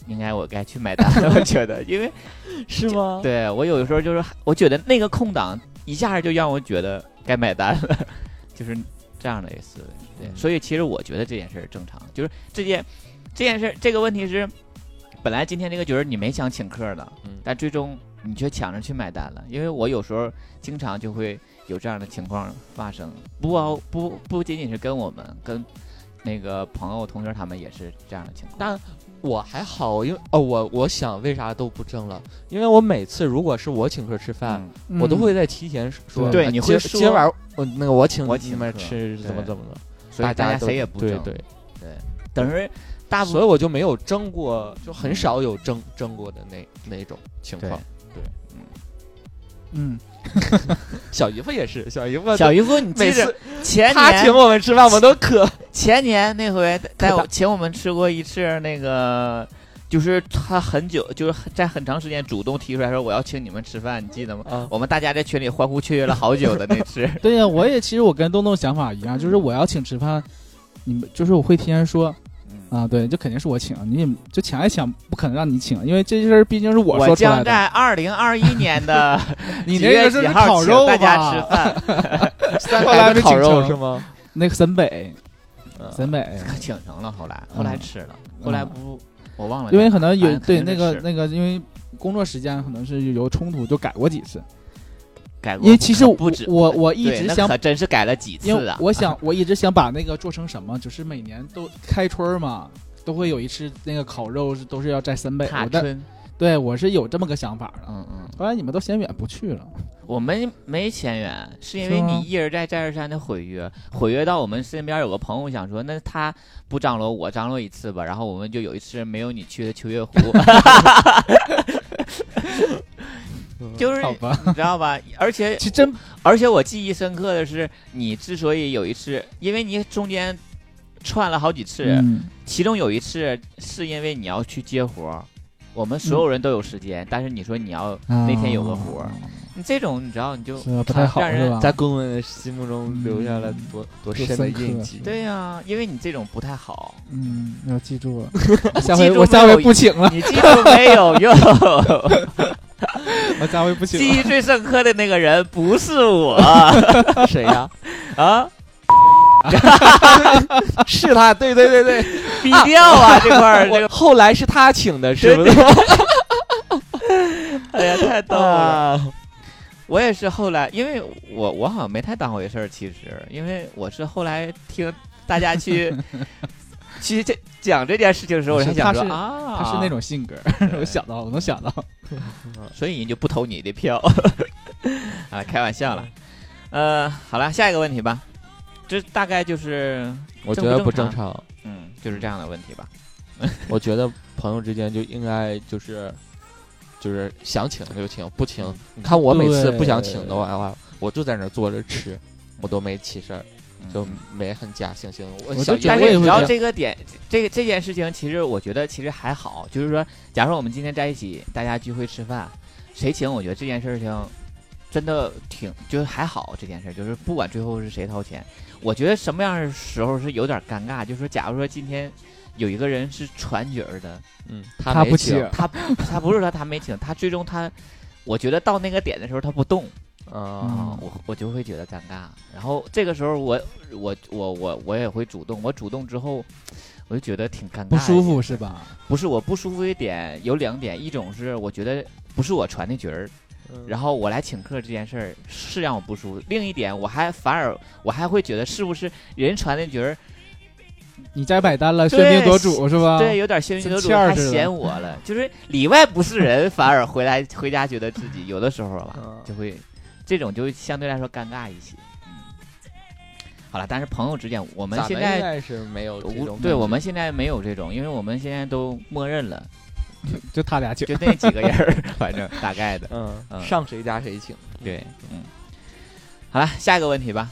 [SPEAKER 8] 应该我该去买单了，我觉得，因为
[SPEAKER 10] 是吗？
[SPEAKER 8] 对我有的时候就是，我觉得那个空档一下就让我觉得该买单了， 就是这样的一个思维。对，
[SPEAKER 10] 嗯
[SPEAKER 8] 所以其实我觉得这件事儿正常，就是这件这件事儿这个问题是，本来今天这个局儿你没想请客呢，
[SPEAKER 10] 嗯
[SPEAKER 8] 但最终你却抢着去买单了。因为我有时候经常就会有这样的情况发生，不包不不仅仅是跟我们跟。那个朋友、同学他们也是这样的情况，
[SPEAKER 10] 但我还好，因为哦，我我想为啥都不挣了，因为我每次如果是我请客吃饭，
[SPEAKER 8] 嗯呃
[SPEAKER 10] 我都会在提前说，
[SPEAKER 8] 对
[SPEAKER 10] 啊
[SPEAKER 8] 你
[SPEAKER 10] 今
[SPEAKER 8] 会说
[SPEAKER 10] 今晚我那个我请
[SPEAKER 8] 我
[SPEAKER 10] 你
[SPEAKER 8] 请
[SPEAKER 10] 们
[SPEAKER 8] 客
[SPEAKER 10] 吃怎么
[SPEAKER 8] 对
[SPEAKER 10] 怎么的，
[SPEAKER 8] 所以
[SPEAKER 10] 大
[SPEAKER 8] 家
[SPEAKER 10] 都
[SPEAKER 8] 谁也不
[SPEAKER 10] 对
[SPEAKER 8] 挣，
[SPEAKER 10] 对，
[SPEAKER 8] 等于大部分
[SPEAKER 10] 所以我就没有争过，就很少有争争过的那那种情
[SPEAKER 8] 对
[SPEAKER 10] 况。
[SPEAKER 9] 嗯，
[SPEAKER 10] 小姨夫也是，小姨夫
[SPEAKER 8] 小姨夫，你
[SPEAKER 10] 每
[SPEAKER 8] 记着
[SPEAKER 10] 次
[SPEAKER 8] 前
[SPEAKER 10] 他请
[SPEAKER 8] 年
[SPEAKER 10] 我们 吃饭，我们都渴。
[SPEAKER 8] 前年那回带
[SPEAKER 10] 可
[SPEAKER 8] 我
[SPEAKER 10] 大
[SPEAKER 8] 请我们吃过一次那个就是他很久，就是在很长时间主动提出来说我要请你们吃饭，你记得吗？
[SPEAKER 10] 啊
[SPEAKER 8] 我们大家在群里欢呼雀跃了好久的那次。
[SPEAKER 9] 对呀、我也其实我跟东东想法一样，就是我要请吃饭，你们就是我会提前说
[SPEAKER 8] 嗯
[SPEAKER 9] 啊，对，就肯定是我请，你就抢也抢，不可能让你请，因为这事儿毕竟是 我说出来
[SPEAKER 8] 将
[SPEAKER 9] 的。
[SPEAKER 8] 在二零二一年的
[SPEAKER 9] 你
[SPEAKER 8] 几
[SPEAKER 9] 那
[SPEAKER 8] 月
[SPEAKER 9] 个是
[SPEAKER 8] 几
[SPEAKER 9] 不是
[SPEAKER 8] 号
[SPEAKER 9] 烤
[SPEAKER 8] 请
[SPEAKER 9] 肉
[SPEAKER 8] 大家
[SPEAKER 9] 吧
[SPEAKER 8] 吃 饭，
[SPEAKER 10] 三
[SPEAKER 9] 后来
[SPEAKER 10] 孩
[SPEAKER 9] 没
[SPEAKER 10] 子烤
[SPEAKER 9] 请
[SPEAKER 10] 肉
[SPEAKER 9] 成
[SPEAKER 10] 是吗？
[SPEAKER 9] 那个沈北，
[SPEAKER 10] 嗯
[SPEAKER 9] 沈北，
[SPEAKER 8] 请成了。后来后来吃了，后来不我忘了，
[SPEAKER 9] 嗯因为可能有
[SPEAKER 8] 反正
[SPEAKER 9] 对
[SPEAKER 8] 肯
[SPEAKER 9] 那
[SPEAKER 8] 定
[SPEAKER 9] 个
[SPEAKER 8] 啊是
[SPEAKER 9] 那个，因为工作时间可能是有冲突，就改过几次。
[SPEAKER 8] 改过
[SPEAKER 9] 因为其实
[SPEAKER 8] 可
[SPEAKER 9] 我
[SPEAKER 8] 不止，
[SPEAKER 9] 我我一
[SPEAKER 8] 对
[SPEAKER 9] 直
[SPEAKER 8] 那
[SPEAKER 9] 想
[SPEAKER 8] 可真是改了几
[SPEAKER 9] 因
[SPEAKER 8] 次
[SPEAKER 9] 为
[SPEAKER 8] 啊！
[SPEAKER 9] 我想，我一直想把那个做成什么，就是每年都开春儿嘛，都会有一次那个烤肉是都是要在三北。
[SPEAKER 8] 踏
[SPEAKER 9] 我的
[SPEAKER 8] 春，
[SPEAKER 9] 对我是有这么个想法的。
[SPEAKER 8] 哎嗯嗯，
[SPEAKER 9] 后来你们都嫌远不去了，
[SPEAKER 8] 我们没前缘，是因为
[SPEAKER 9] 是吗
[SPEAKER 8] 你一而再再而三的毁约，毁约到我们身边有个朋友想说，那他不张罗我张罗一次吧，然后我们就有一次没有你去的秋月湖， 就是
[SPEAKER 9] 好吧？
[SPEAKER 8] 你知道吧？而且
[SPEAKER 9] 其实真
[SPEAKER 8] 而且我记忆深刻的是，你之所以有一次，因为你中间串了好几次，
[SPEAKER 9] 嗯
[SPEAKER 8] 其中有一次是因为你要去接活儿，我们所有人都有时间，但是你说你要那天有个活儿，你这种你知道你就是
[SPEAKER 9] 不太好
[SPEAKER 8] 让人
[SPEAKER 9] 啊是吧？
[SPEAKER 10] 在公文心目中留下了多啊嗯多深的印记。
[SPEAKER 8] 对呀、因为你这种不太好，
[SPEAKER 9] 嗯，要记住 了，
[SPEAKER 8] 你
[SPEAKER 9] 下
[SPEAKER 8] 记
[SPEAKER 9] 回
[SPEAKER 8] 住
[SPEAKER 9] 我
[SPEAKER 8] 没
[SPEAKER 9] 下
[SPEAKER 8] 有
[SPEAKER 9] 回不请了，
[SPEAKER 8] 你记住没 有用，
[SPEAKER 9] 我下回不
[SPEAKER 8] 记啊
[SPEAKER 9] 请了。
[SPEAKER 8] 忆最深刻的那个人不是我
[SPEAKER 10] 谁呀？
[SPEAKER 8] 啊，
[SPEAKER 10] 是他，对对对对。
[SPEAKER 8] 低调啊 这块儿，这
[SPEAKER 10] 我
[SPEAKER 8] 个
[SPEAKER 10] 后来是他请的，是不是？
[SPEAKER 8] 哎 呀太逗了。
[SPEAKER 10] 啊，
[SPEAKER 8] 我也是后来，因为我我好像没太当回事儿，其实，因为我是后来听大家 去去这讲这件事情的时候，我才
[SPEAKER 9] 是
[SPEAKER 8] 想
[SPEAKER 9] 他
[SPEAKER 8] 说
[SPEAKER 9] 是
[SPEAKER 8] 啊，
[SPEAKER 9] 他是那，种性格，我想到了，我能想到。
[SPEAKER 8] 所以人就不投你的 票啊，开玩笑了。呃，好了，下一个问题吧，这大概就是
[SPEAKER 10] 我觉得不
[SPEAKER 8] 正
[SPEAKER 10] 正常。
[SPEAKER 8] 嗯，就是这样的问题吧。
[SPEAKER 10] 我觉得朋友之间就应该就是就是想请就请，不请。你看我每次不想请的话，我就在那儿坐着吃，我都没起身儿，
[SPEAKER 8] 嗯
[SPEAKER 10] 就没很假惺惺。我
[SPEAKER 9] 就
[SPEAKER 10] 小
[SPEAKER 9] 觉
[SPEAKER 8] 但
[SPEAKER 9] 得我
[SPEAKER 8] 是
[SPEAKER 9] 也
[SPEAKER 8] 你
[SPEAKER 9] 会
[SPEAKER 8] 知道
[SPEAKER 9] 这样
[SPEAKER 8] 这个点，这这件事情，其实我觉得其实还好，就是说，假如说我们今天在一起，大家聚会吃饭，谁请，我觉得这件事情真的挺就是还好，这件事就是不管最后是谁掏钱，我觉得什么样的时候是有点尴尬，就是说，假如说今天有一个人是传角儿的，
[SPEAKER 10] 嗯，
[SPEAKER 9] 他
[SPEAKER 10] 没
[SPEAKER 9] 不
[SPEAKER 10] 请
[SPEAKER 9] 请，
[SPEAKER 8] 他他不是说他没请，他最终他，我觉得到那个点的时候他不动。啊
[SPEAKER 9] 嗯
[SPEAKER 10] 啊，，
[SPEAKER 8] 我我就会觉得尴尬。然后这个时候我我我我我也会主动，我主动之后，我就觉得挺尴尬，
[SPEAKER 9] 不舒。服是吧？
[SPEAKER 8] 不是我不舒服一点，有两点，一种是我觉得不是我传的局儿，
[SPEAKER 10] 嗯
[SPEAKER 8] 然后我来请客这件事儿是让我不舒服；另一点我还反而我还会觉得是不是人传的局儿，
[SPEAKER 9] 你家买单了，
[SPEAKER 8] 对
[SPEAKER 9] 喧宾夺主是吧？
[SPEAKER 8] 对，有点先
[SPEAKER 9] 真
[SPEAKER 8] 入为主，
[SPEAKER 9] 啊欠儿
[SPEAKER 8] 还
[SPEAKER 9] 似的
[SPEAKER 8] 嫌我了，就是里外不是人，反而回来回家觉得自己有的时候 吧，
[SPEAKER 10] 嗯
[SPEAKER 8] 就会这种就相对来说尴尬一些。嗯，好了，但是朋友之间，我们
[SPEAKER 10] 咱们
[SPEAKER 8] 现
[SPEAKER 10] 应
[SPEAKER 8] 在
[SPEAKER 10] 该是没有这
[SPEAKER 8] 无
[SPEAKER 10] 种
[SPEAKER 8] 对
[SPEAKER 10] 感
[SPEAKER 8] 我
[SPEAKER 10] 觉
[SPEAKER 8] 们现在没有这种，因为我们现在都默认了，
[SPEAKER 9] 就他俩请。
[SPEAKER 8] 就那几个人儿， 反正大概的。嗯
[SPEAKER 10] 嗯上谁家谁 请，
[SPEAKER 8] 对，嗯，好了，下一个问题吧。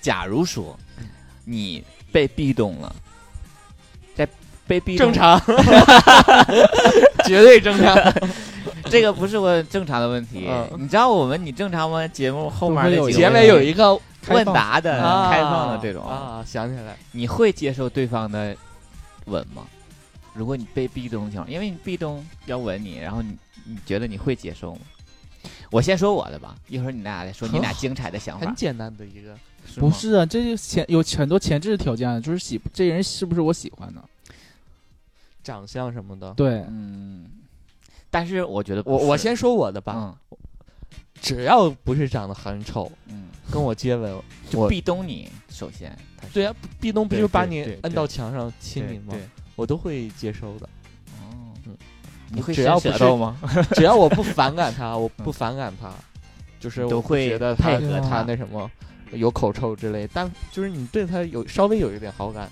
[SPEAKER 8] 假如说
[SPEAKER 10] 嗯
[SPEAKER 8] 你被壁咚了，在被壁咚
[SPEAKER 10] 正常，绝对正常。
[SPEAKER 8] 这个不是我正常的问题，
[SPEAKER 10] 嗯
[SPEAKER 8] 你知道我们你正常吗？节目后面
[SPEAKER 9] 都
[SPEAKER 8] 的
[SPEAKER 9] 会有
[SPEAKER 8] 几个
[SPEAKER 10] 结尾有一个
[SPEAKER 8] 问答的、
[SPEAKER 10] 啊
[SPEAKER 8] 开放的这种，
[SPEAKER 10] 啊，想起来
[SPEAKER 8] 你会接受对方的吻吗？如果你被壁咚的情况，因为你壁咚要吻你，然后你你觉得你会接受吗？我先说我的吧，一会儿你俩再说你俩精彩的想
[SPEAKER 10] 很
[SPEAKER 8] 法。
[SPEAKER 10] 简单的一个，
[SPEAKER 8] 是
[SPEAKER 9] 不
[SPEAKER 8] 吗，
[SPEAKER 9] 是啊，这就前有很多前置条件啊，就是喜这人是不是我喜欢的？
[SPEAKER 10] 长相什么的。
[SPEAKER 9] 对，
[SPEAKER 8] 嗯，但是我觉得不
[SPEAKER 10] 我我
[SPEAKER 8] 是
[SPEAKER 10] 先啊说我的吧，
[SPEAKER 8] 嗯
[SPEAKER 10] 只要不是长得很丑，
[SPEAKER 8] 嗯，
[SPEAKER 10] 跟我接吻，我
[SPEAKER 8] 壁咚你首先，他是
[SPEAKER 10] 对呀、壁咚不
[SPEAKER 8] 对
[SPEAKER 10] 就是把
[SPEAKER 8] 对
[SPEAKER 10] 你
[SPEAKER 8] 对
[SPEAKER 10] 摁到墙上亲
[SPEAKER 8] 对
[SPEAKER 10] 你吗
[SPEAKER 8] 对？
[SPEAKER 10] 我都会接受 的，
[SPEAKER 8] 哦
[SPEAKER 10] 嗯，
[SPEAKER 8] 你会
[SPEAKER 10] 只要
[SPEAKER 8] 伸
[SPEAKER 10] 不
[SPEAKER 8] 舌
[SPEAKER 10] 是
[SPEAKER 8] 头吗？
[SPEAKER 10] 只要我不反感他，我不反感他，就是
[SPEAKER 8] 都
[SPEAKER 10] 我不
[SPEAKER 8] 会
[SPEAKER 10] 觉得
[SPEAKER 8] 配
[SPEAKER 10] 他
[SPEAKER 8] 合他
[SPEAKER 10] 他那什么有口臭之类，但就是你对他有稍微有一点好感，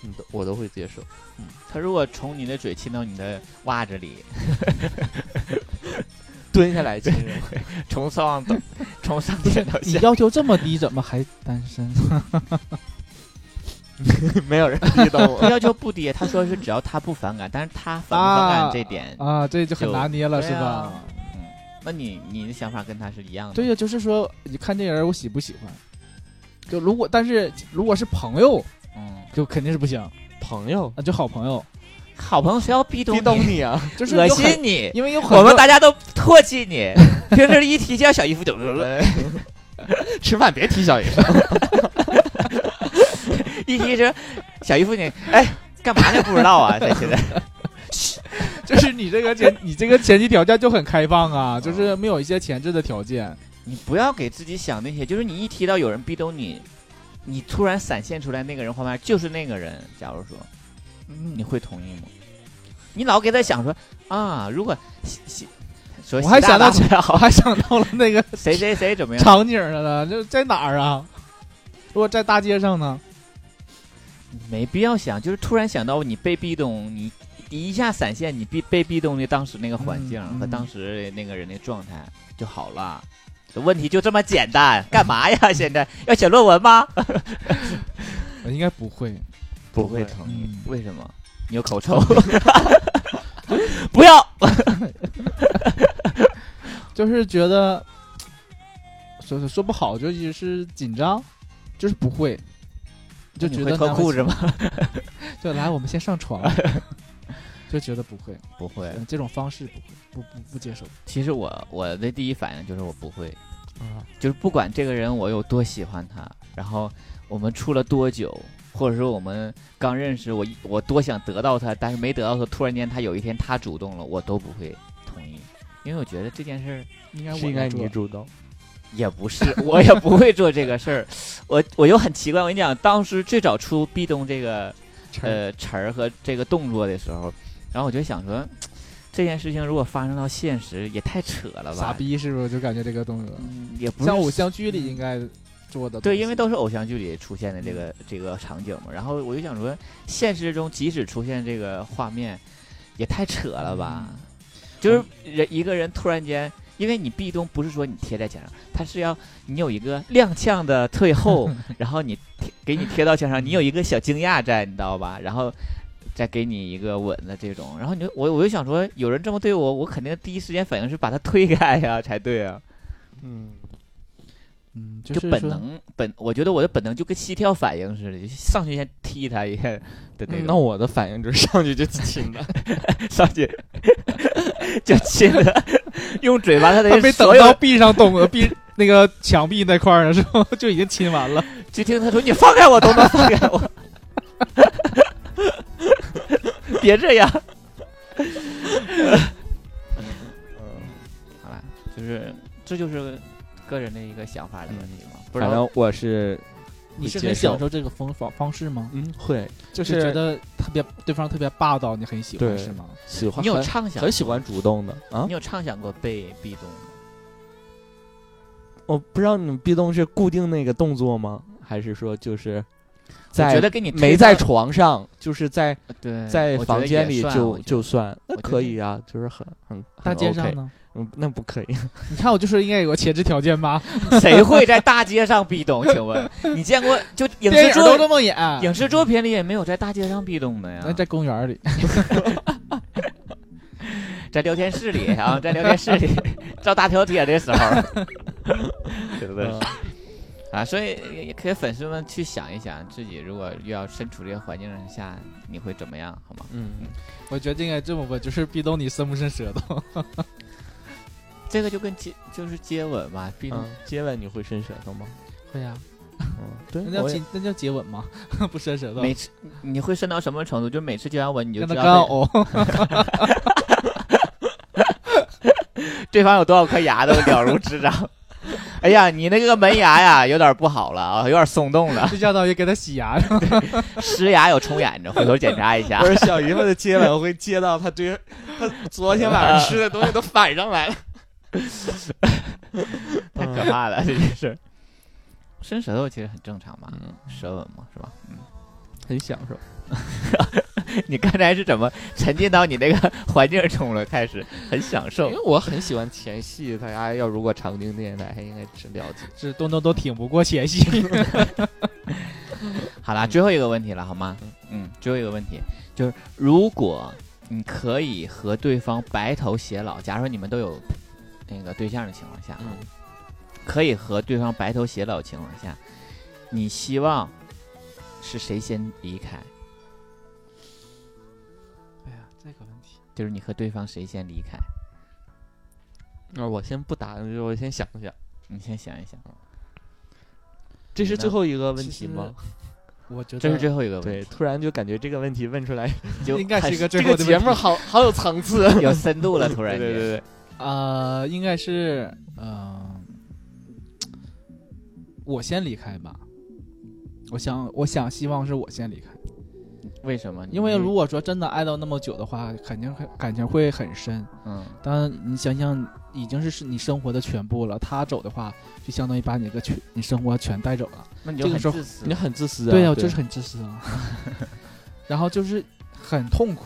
[SPEAKER 10] 你都我都会接受。
[SPEAKER 8] 嗯他如果从你的嘴亲到你的袜子里，
[SPEAKER 10] 蹲下来亲人，
[SPEAKER 8] 从上到从上亲到
[SPEAKER 9] 你
[SPEAKER 8] 下，
[SPEAKER 9] 要求这么低，怎么还单身？
[SPEAKER 10] 没有人逼到
[SPEAKER 8] 他
[SPEAKER 10] 我。
[SPEAKER 8] 要求不低，他说是只要他不反感，但是他反不反感这点，
[SPEAKER 9] 啊，这就很
[SPEAKER 8] 就
[SPEAKER 9] 拿捏了，是
[SPEAKER 8] 对
[SPEAKER 9] 吧
[SPEAKER 8] 啊？嗯，那你你的想法跟他是一样的，
[SPEAKER 9] 对呀，就是说，你看这人我喜不喜欢？就如果，但是如果是朋友，
[SPEAKER 8] 嗯，
[SPEAKER 9] 就肯定是不行啊，
[SPEAKER 10] 朋友
[SPEAKER 9] 就好朋友，
[SPEAKER 8] 好朋友谁要逼
[SPEAKER 10] 逼
[SPEAKER 8] 咚
[SPEAKER 10] 咚
[SPEAKER 8] 你，
[SPEAKER 10] 你啊，
[SPEAKER 9] 就是
[SPEAKER 8] 恶
[SPEAKER 9] 有很
[SPEAKER 8] 心，你，
[SPEAKER 9] 因为 有很
[SPEAKER 8] 我
[SPEAKER 9] 多
[SPEAKER 8] 们大家都唾弃 你，平时一提见小姨夫就呃
[SPEAKER 10] 吃饭别提小姨。
[SPEAKER 8] 一提说小姨夫你哎干嘛呢？不知道啊，他现在
[SPEAKER 9] 就是你这个前，你这个前提条件就很开放啊，就是没有一些前置的条件。
[SPEAKER 8] 你不要给自己想那些，就是你一提到有人逼咚你，你突然闪现出来那个人画面就是那个人，假如说，嗯你会同意吗？你老给他想说啊，如果习习说
[SPEAKER 9] 我还
[SPEAKER 8] 习大
[SPEAKER 9] 想到
[SPEAKER 8] 大最
[SPEAKER 9] 我
[SPEAKER 8] 好，
[SPEAKER 9] 还想到了那个
[SPEAKER 8] 谁谁谁怎么 样？
[SPEAKER 9] 场景了呢，就在哪儿啊？如果在大街上呢？
[SPEAKER 8] 没必要想，就是突然想到你被逼咚，你你一下闪现你被被逼咚的当时那个环境
[SPEAKER 9] 嗯嗯
[SPEAKER 8] 和当时那个人的状态就好了。这问题就这么简单，干嘛呀？现在要写论文吗？
[SPEAKER 9] 我呃应该不会。
[SPEAKER 10] 不会
[SPEAKER 8] 同
[SPEAKER 9] 意
[SPEAKER 8] 为什么？你有口臭？ 不要，
[SPEAKER 9] 就是觉得说说说不好，就一直是紧张，就是不会，就觉
[SPEAKER 8] 你
[SPEAKER 9] 得
[SPEAKER 8] 会脱裤子
[SPEAKER 9] 吗？
[SPEAKER 8] 吗？
[SPEAKER 9] 就来，我们先上 床，就觉得不会，
[SPEAKER 8] 不会
[SPEAKER 9] 嗯这种方式不会，不不不接受
[SPEAKER 8] 其实我我的第一反应就是我不会，
[SPEAKER 9] 啊。
[SPEAKER 8] 就是不管这个人我有多喜欢他，然后我们处了多久，或者说我们刚认识，我一我多想得到他，但是没得到他，突然间他有一天他主动了，我都不会同意，因为我觉得这件事儿
[SPEAKER 9] 应该我
[SPEAKER 10] 是应该
[SPEAKER 9] 做
[SPEAKER 10] 你主动。
[SPEAKER 8] 也不是， 我也不会做这个事儿，我我又很奇怪，我跟你讲，当时最早出壁咚这个
[SPEAKER 9] 词儿
[SPEAKER 8] 呃词儿和这个动作的时候，然后我就想说，这件事情如果发生到现实，也太扯了吧？
[SPEAKER 9] 傻逼是不是？就感觉这个动作
[SPEAKER 8] 嗯，也不是
[SPEAKER 9] 像偶像剧里应该做的东西，嗯
[SPEAKER 8] 对，因为都是偶像剧里出现的这个这个场景嘛。然后我就想说，现实中即使出现这个画面，也太扯了吧？
[SPEAKER 9] 嗯
[SPEAKER 8] 就是人一个人突然间，因为你壁咚不是说你贴在墙上，它是要你有一个踉跄的退 后，然后你贴给你贴到墙上，你有一个小惊讶在，你知道吧？然后。再给你一个吻的这种，然后你就我我就想说，有人这么对我，我肯定第一时间反应是把他推开呀、才对啊。
[SPEAKER 10] 嗯，
[SPEAKER 9] 嗯，就
[SPEAKER 8] 就是本
[SPEAKER 9] 说
[SPEAKER 8] 能本，我觉得我的本能就跟膝跳反应似的，就上去先踢他一下的那
[SPEAKER 10] 嗯那
[SPEAKER 8] 种，
[SPEAKER 10] 我的反应就是上去就亲 他。
[SPEAKER 8] 上去就亲了， 用嘴巴他
[SPEAKER 9] 他
[SPEAKER 8] 的
[SPEAKER 9] 没
[SPEAKER 8] 所
[SPEAKER 9] 等到
[SPEAKER 8] 有，
[SPEAKER 9] 壁上动了壁那个墙壁那块儿的时候， 就已经亲完了。
[SPEAKER 8] 就听他说你放开我，东东放开我，别 这样。好了，就是这就是个人的一个想法的问题嘛，不知
[SPEAKER 10] 反
[SPEAKER 8] 道
[SPEAKER 10] 正我是，
[SPEAKER 9] 你是
[SPEAKER 10] 接
[SPEAKER 9] 很享
[SPEAKER 10] 受
[SPEAKER 9] 受这个方法方式吗？
[SPEAKER 10] 嗯，会就
[SPEAKER 9] 就
[SPEAKER 10] 是
[SPEAKER 9] 觉得特别对方特别霸道，你很喜欢
[SPEAKER 10] 对
[SPEAKER 9] 是吗？
[SPEAKER 10] 喜欢，
[SPEAKER 8] 你有
[SPEAKER 10] 很
[SPEAKER 8] 畅想，
[SPEAKER 10] 很喜欢，主动的啊
[SPEAKER 8] 你。有畅想过被壁咚吗？
[SPEAKER 10] 我不知道你们壁咚是固定那个动作吗？还是说就是
[SPEAKER 8] 我觉
[SPEAKER 10] 在
[SPEAKER 8] 得给你推
[SPEAKER 10] 没
[SPEAKER 8] 到
[SPEAKER 10] 在床上，就是在
[SPEAKER 8] 对，
[SPEAKER 10] 在
[SPEAKER 8] 我觉
[SPEAKER 10] 房
[SPEAKER 8] 得
[SPEAKER 10] 间
[SPEAKER 8] 也
[SPEAKER 10] 里
[SPEAKER 8] 算我
[SPEAKER 10] 就
[SPEAKER 8] 觉得
[SPEAKER 10] 就算，那
[SPEAKER 8] 我觉得
[SPEAKER 10] 可以啊，就是很很
[SPEAKER 9] 大街上，
[SPEAKER 10] 很 OK
[SPEAKER 9] 呢？
[SPEAKER 10] 嗯，那不可以。
[SPEAKER 9] 你看我就说应该有个前置条件吧，
[SPEAKER 8] 谁会在大街上壁咚？请问你见过 就影
[SPEAKER 9] 电
[SPEAKER 8] 视
[SPEAKER 9] 影都这
[SPEAKER 8] 作
[SPEAKER 9] 么演，
[SPEAKER 8] 影视作品里也没有在大街上壁咚的呀
[SPEAKER 9] 那？啊在公园里，
[SPEAKER 8] 在聊天室里啊，在聊天室里照大头贴的时候， 对不对？啊，所以也可以粉丝们去想一想，自己如果又要身处这个环境下，你会怎么样，好吗？
[SPEAKER 10] 嗯，
[SPEAKER 9] 我觉得应该这么问，就是壁咚你伸不伸舌 头？
[SPEAKER 8] 这个就跟接就是接吻嘛，壁咚
[SPEAKER 10] 嗯，接吻你会伸舌头吗？
[SPEAKER 9] 会呀，
[SPEAKER 10] 嗯，对，
[SPEAKER 9] 那叫
[SPEAKER 10] 我也
[SPEAKER 9] 亲，那叫接吻吗？ 不伸舌头，
[SPEAKER 8] 每次你会伸到什么程度？就是每次接完吻你就
[SPEAKER 9] 跟
[SPEAKER 8] 知
[SPEAKER 9] 他
[SPEAKER 8] 道
[SPEAKER 9] 干呕，
[SPEAKER 8] 对方有多少颗牙都了如指 掌。哎呀，你那个门牙呀，有点不好了啊，有点松动了，
[SPEAKER 9] 就相当于给他洗牙。
[SPEAKER 8] 石牙有虫眼睛，回头检查一下
[SPEAKER 10] 不。是小姨夫的接吻会接到他对他 昨天晚上吃的东西都反上来了，
[SPEAKER 8] 太可怕 了，这件事。伸舌头其实很正常嘛，
[SPEAKER 10] 嗯
[SPEAKER 8] 舌吻嘛，是吧？
[SPEAKER 10] 很享受。
[SPEAKER 8] 你刚才是怎么沉浸到你那个环境中了？开始很享受
[SPEAKER 10] 因为，我很喜欢前戏，大家要如果常听电台，应该是了解。
[SPEAKER 9] 是东东都挺不过前戏，
[SPEAKER 8] 好啦，最后一个问题了，好吗？嗯，最后一个问题就是，如果你可以和对方白头偕老，假如说你们都有那个对象的情况下，
[SPEAKER 10] 嗯，
[SPEAKER 8] 可以和对方白头偕老的情况下，你希望是谁先离开？
[SPEAKER 9] 哎 呀，这个问题，
[SPEAKER 8] 就是你和对方谁先离开？
[SPEAKER 10] 那我先不答，我先想一想。
[SPEAKER 8] 你先想一想，
[SPEAKER 10] 这
[SPEAKER 8] 你
[SPEAKER 10] 是
[SPEAKER 8] 呢
[SPEAKER 10] 最后一个问题吗？
[SPEAKER 9] 我觉得
[SPEAKER 8] 这是最后一个问
[SPEAKER 10] 对，
[SPEAKER 8] 题，
[SPEAKER 10] 突然就感觉这个问题问出来，
[SPEAKER 8] 就
[SPEAKER 9] 应该是
[SPEAKER 8] 很
[SPEAKER 9] 一个最
[SPEAKER 10] 这
[SPEAKER 9] 后
[SPEAKER 10] 个
[SPEAKER 9] 的
[SPEAKER 10] 节
[SPEAKER 9] 问题
[SPEAKER 10] 目 好好有层次。
[SPEAKER 8] 有深度了，突
[SPEAKER 10] 对
[SPEAKER 8] 然
[SPEAKER 10] 对
[SPEAKER 8] 间。
[SPEAKER 10] 对，
[SPEAKER 9] 呃，应该是呃，我先离开吧。我想，我想，希望是我先离开，
[SPEAKER 8] 为什么？
[SPEAKER 9] 因为如果说真的爱到那么久的话，肯定会感情会很深。
[SPEAKER 8] 嗯，
[SPEAKER 9] 当然，你想想，已经是是你生活的全部了，他走的话，就相当于把你个全你生活全带走了。
[SPEAKER 8] 那你
[SPEAKER 9] 就
[SPEAKER 8] 就很
[SPEAKER 9] 很
[SPEAKER 8] 自
[SPEAKER 9] 自
[SPEAKER 8] 私
[SPEAKER 10] 你。很自私啊。
[SPEAKER 9] 对呀、就是很自私啊。 然后就是很痛苦，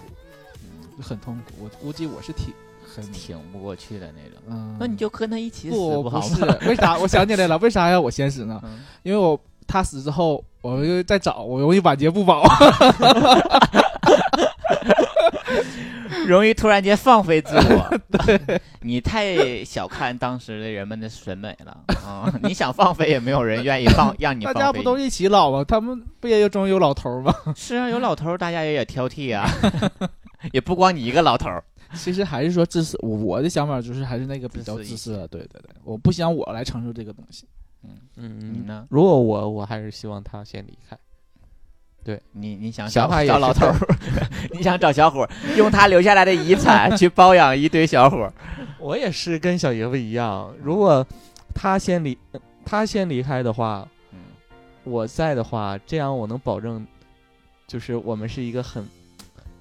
[SPEAKER 9] 很痛苦。我估计我是挺很
[SPEAKER 8] 挺不过去的那种。
[SPEAKER 9] 嗯，
[SPEAKER 8] 那你就跟他一起死
[SPEAKER 9] 不
[SPEAKER 8] 好
[SPEAKER 9] 是
[SPEAKER 8] 吗？
[SPEAKER 9] 为啥？我想起来了，为啥要我先死呢？
[SPEAKER 8] 嗯
[SPEAKER 9] 因为我他死之后，我又再找，我容易晚节不保。
[SPEAKER 8] 容易突然间放飞自我。 你太小看当时的人们的审美了啊！你想放飞也没有人愿意放，让你
[SPEAKER 9] 大
[SPEAKER 8] 放
[SPEAKER 9] 家不
[SPEAKER 8] 飞
[SPEAKER 9] 都一起老吗？他们不也有总有老头儿吗？
[SPEAKER 8] 你是啊？有老头儿，大家也也挑剔啊， 也不光你一个老头儿。
[SPEAKER 9] 其实还是说自私，我我的想法就是还是那个比较
[SPEAKER 8] 自私
[SPEAKER 9] 自
[SPEAKER 8] 一
[SPEAKER 9] 私的，对对对，我不想我来承受这个东西。
[SPEAKER 8] 你
[SPEAKER 10] 嗯，
[SPEAKER 8] 呢？
[SPEAKER 10] 如果我我还是希望他先离开。
[SPEAKER 8] 你你想
[SPEAKER 10] 想
[SPEAKER 8] 找
[SPEAKER 10] 法也
[SPEAKER 8] 找
[SPEAKER 10] 是
[SPEAKER 8] 老头儿， 你想找小伙儿，用他留下来的遗产去包养一堆小伙儿。
[SPEAKER 10] 我也是跟小爷夫一
[SPEAKER 8] 嗯
[SPEAKER 10] 样，如果他先离，他先离开的话，
[SPEAKER 8] 嗯
[SPEAKER 10] 我在的话，这样我能保证，就是我们是一个很、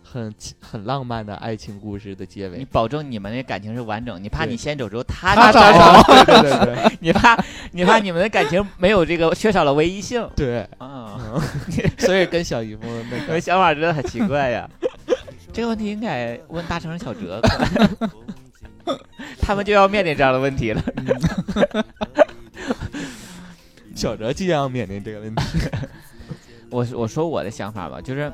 [SPEAKER 10] 很、很浪漫的爱情故事的结
[SPEAKER 8] 你
[SPEAKER 10] 尾。
[SPEAKER 8] 保证你们那感情是完整，你怕
[SPEAKER 10] 对
[SPEAKER 8] 你先走之后他
[SPEAKER 9] 他
[SPEAKER 8] 找
[SPEAKER 9] 找
[SPEAKER 8] 着
[SPEAKER 9] 着
[SPEAKER 10] 对对对对
[SPEAKER 8] 你怕你怕你们的感情没有这个缺少了唯一性
[SPEAKER 10] 对，
[SPEAKER 8] 啊？
[SPEAKER 10] 所以跟小姨夫那
[SPEAKER 8] 我的
[SPEAKER 10] 个，
[SPEAKER 8] 想法真的很奇怪呀。这个问题应该问大成小哲， 他们就要面临这样的问题了。
[SPEAKER 10] 小哲即将面临这个问题。
[SPEAKER 8] 我我说我的想法吧，就是，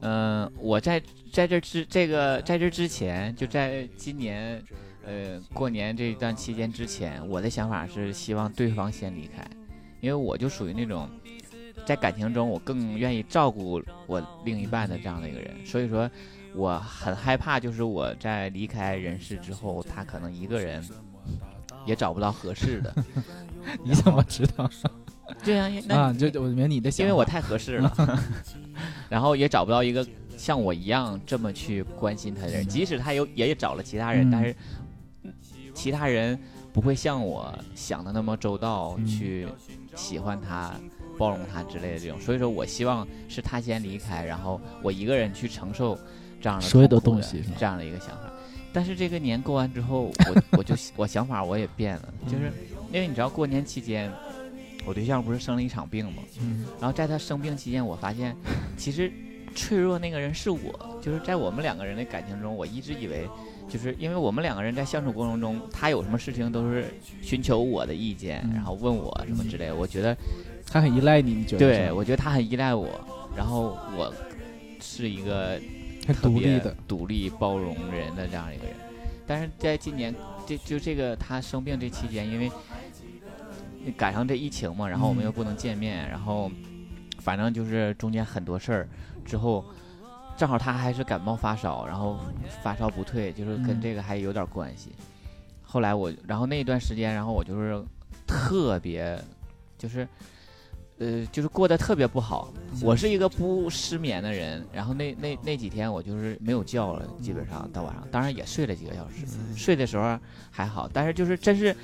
[SPEAKER 8] 嗯、我在在这之这个在这之前，就在今年，呃，过年这段期间之前，我的想法是希望对方先离开，因为我就属于那种在感情中我更愿意照顾我另一半的这样的一个人，所以说我很害怕，就是我在离开人世之后，他可能一个人也找不到合适的。
[SPEAKER 9] 你怎么知道
[SPEAKER 8] 对呀、那
[SPEAKER 9] 啊？就我明白你的想法，
[SPEAKER 8] 因为我太合适了， 然后也找不到一个像我一样这么去关心他的人。即使他有也找了其他人，
[SPEAKER 9] 嗯
[SPEAKER 8] 但是其他人不会像我想的那么周到，
[SPEAKER 9] 嗯
[SPEAKER 8] 去喜欢他、包容他之类的这种。所以说我希望是他先离开，然后我一个人去承受这样的
[SPEAKER 9] 所有的
[SPEAKER 8] 痛苦
[SPEAKER 9] 东西是吧
[SPEAKER 8] 这样的一个想法。但是这个年过完之后，我我就我想法我也变了，就是
[SPEAKER 9] 嗯
[SPEAKER 8] 因为你知道过年期间，我对象不是生了一场病吗？
[SPEAKER 10] 嗯
[SPEAKER 8] 然后在他生病期间，我发现 其实脆弱那个人是我，就是在我们两个人的感情中，我一直以为就是因为我们两个人在相处过程中，他有什么事情都是寻求我的意见，
[SPEAKER 9] 嗯
[SPEAKER 8] 然后问我什么之类的。我觉得，
[SPEAKER 9] 他很依赖你，你觉得是
[SPEAKER 8] 对
[SPEAKER 9] 吗
[SPEAKER 8] 我觉得他很依赖我，然后我是一个
[SPEAKER 9] 很
[SPEAKER 8] 特
[SPEAKER 9] 独
[SPEAKER 8] 别
[SPEAKER 9] 立的，
[SPEAKER 8] 独立包容人的这样一个人。但是在今年，这就这个他生病这期间，因为赶上这疫情嘛，然后我们
[SPEAKER 9] 嗯
[SPEAKER 8] 又不能见面，然后反正就是中间很多事儿，之后正好他还是感冒发烧，然后发烧不退，就是跟
[SPEAKER 9] 嗯
[SPEAKER 8] 这个还有点关系。后来我，然后那一段时间，然后我就是特别，就是，呃，就是过得特别不好。我是一个不失眠的人，然后那那那几天我就是没有觉了，基本上到晚上，当然也睡了几个小时，睡的时候还好，但是就是真是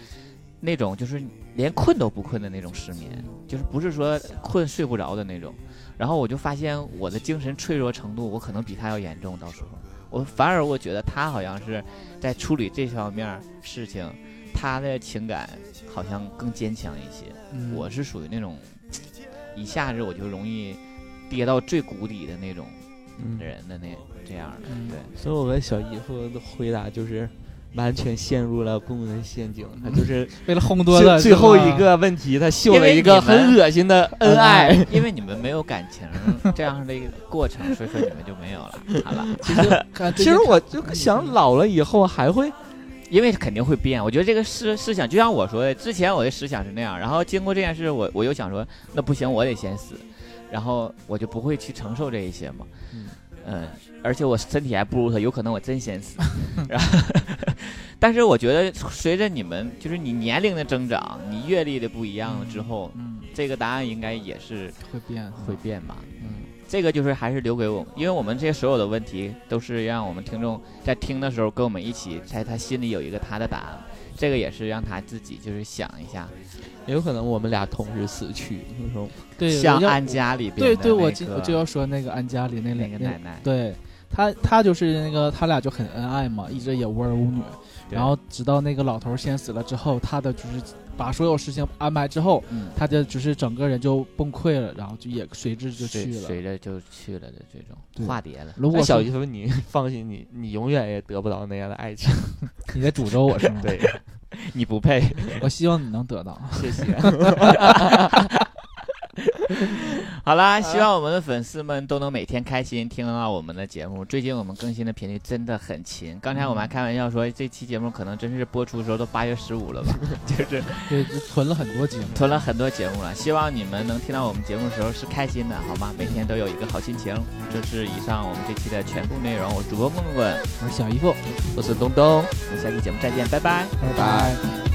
[SPEAKER 8] 那种就是连困都不困的那种失眠，就是不是说困睡不着的那种。然后我就发现我的精神脆弱程度，我可能比他要严重。到时候我反而我觉得他好像是在处理这方面儿事情，他的情感好像更坚强一些。
[SPEAKER 9] 嗯
[SPEAKER 8] 我是属于那种一下子我就容易跌到最谷底的那种
[SPEAKER 10] 嗯，
[SPEAKER 9] 嗯
[SPEAKER 8] 人的那这样的，对，
[SPEAKER 10] 所以我问小姨夫的回答就是，完全陷入了顾问的陷阱，
[SPEAKER 8] 嗯
[SPEAKER 10] 他就是
[SPEAKER 9] 为了烘托
[SPEAKER 10] 最
[SPEAKER 9] 的
[SPEAKER 10] 最后一个问题，他秀
[SPEAKER 8] 因
[SPEAKER 10] 了
[SPEAKER 8] 为
[SPEAKER 10] 一个
[SPEAKER 8] 你们
[SPEAKER 10] 很恶心的恩爱。
[SPEAKER 8] 因为你们没有感情这样的一个过程，所以说你们就没有了。好了，
[SPEAKER 9] 啊
[SPEAKER 10] 其实我就想老了以后还会，
[SPEAKER 8] 因为肯定会变。我觉得这个思思想，就像我说的，之前我的思想是那样，然后经过这件事，我我又想说，那不行，我得先死，然后我就不会去承受这一些嘛。
[SPEAKER 10] 嗯
[SPEAKER 8] 嗯，而且我身体还不如他，有可能我真先死。然后，但是我觉得随着你们就是你年龄的增长，你阅历的不一样了之后，
[SPEAKER 9] 嗯
[SPEAKER 8] 这个答案应该也是
[SPEAKER 9] 会变
[SPEAKER 8] 会变吧。
[SPEAKER 9] 嗯
[SPEAKER 8] 这个就是还是留给我们，因为我们这些所有的问题都是让我们听众在听的时候跟我们一起，在他心里有一个他的答案。这个也是让他自己就是想一下，
[SPEAKER 10] 有可能我们俩同时死去。那种
[SPEAKER 9] 对
[SPEAKER 8] 像
[SPEAKER 9] 我要
[SPEAKER 8] 安家里边的
[SPEAKER 9] 对对，我
[SPEAKER 8] 那
[SPEAKER 9] 就
[SPEAKER 8] 个
[SPEAKER 9] 我就要说那个安家里那
[SPEAKER 8] 那
[SPEAKER 9] 两
[SPEAKER 8] 个
[SPEAKER 9] 那
[SPEAKER 8] 奶奶，
[SPEAKER 9] 对他他就是那个他俩就很恩爱嘛，一直也无儿无女，
[SPEAKER 8] 对
[SPEAKER 9] 然后直到那个老头先死了之后，他的就是把所有事情安排之后，
[SPEAKER 8] 嗯，
[SPEAKER 9] 他的就是整个人就崩溃了，然后就也随之就
[SPEAKER 8] 随
[SPEAKER 9] 去了。
[SPEAKER 8] 随着就去了的这种
[SPEAKER 9] 对
[SPEAKER 8] 化蝶了。
[SPEAKER 9] 如果
[SPEAKER 10] 那哎小
[SPEAKER 9] 说
[SPEAKER 10] 姨夫，你 放心，你你永远也得不到那样的 爱情。
[SPEAKER 9] 你在诅咒我是吗？
[SPEAKER 10] 对，
[SPEAKER 8] 你不配，
[SPEAKER 9] 我希望你能得到。
[SPEAKER 10] 谢谢。
[SPEAKER 8] 好啦，希望我们的粉丝们都能每天开心听到我们的节目。最近我们更新的频率真的很勤，刚才我们还开玩笑说，这期节目可能真是播出的时候都八月十五了吧，就是
[SPEAKER 9] 对，就存了很多节目。
[SPEAKER 8] 囤了很多节目了，希望你们能听到我们节目的时候是开心的，好吗？每天都有一个好心情。这是以上我们这期的全部内容，我是主播棍棍，
[SPEAKER 9] 我是小姨夫，
[SPEAKER 10] 我是东东。
[SPEAKER 8] 我们下期节目再见，拜拜。
[SPEAKER 9] 拜拜。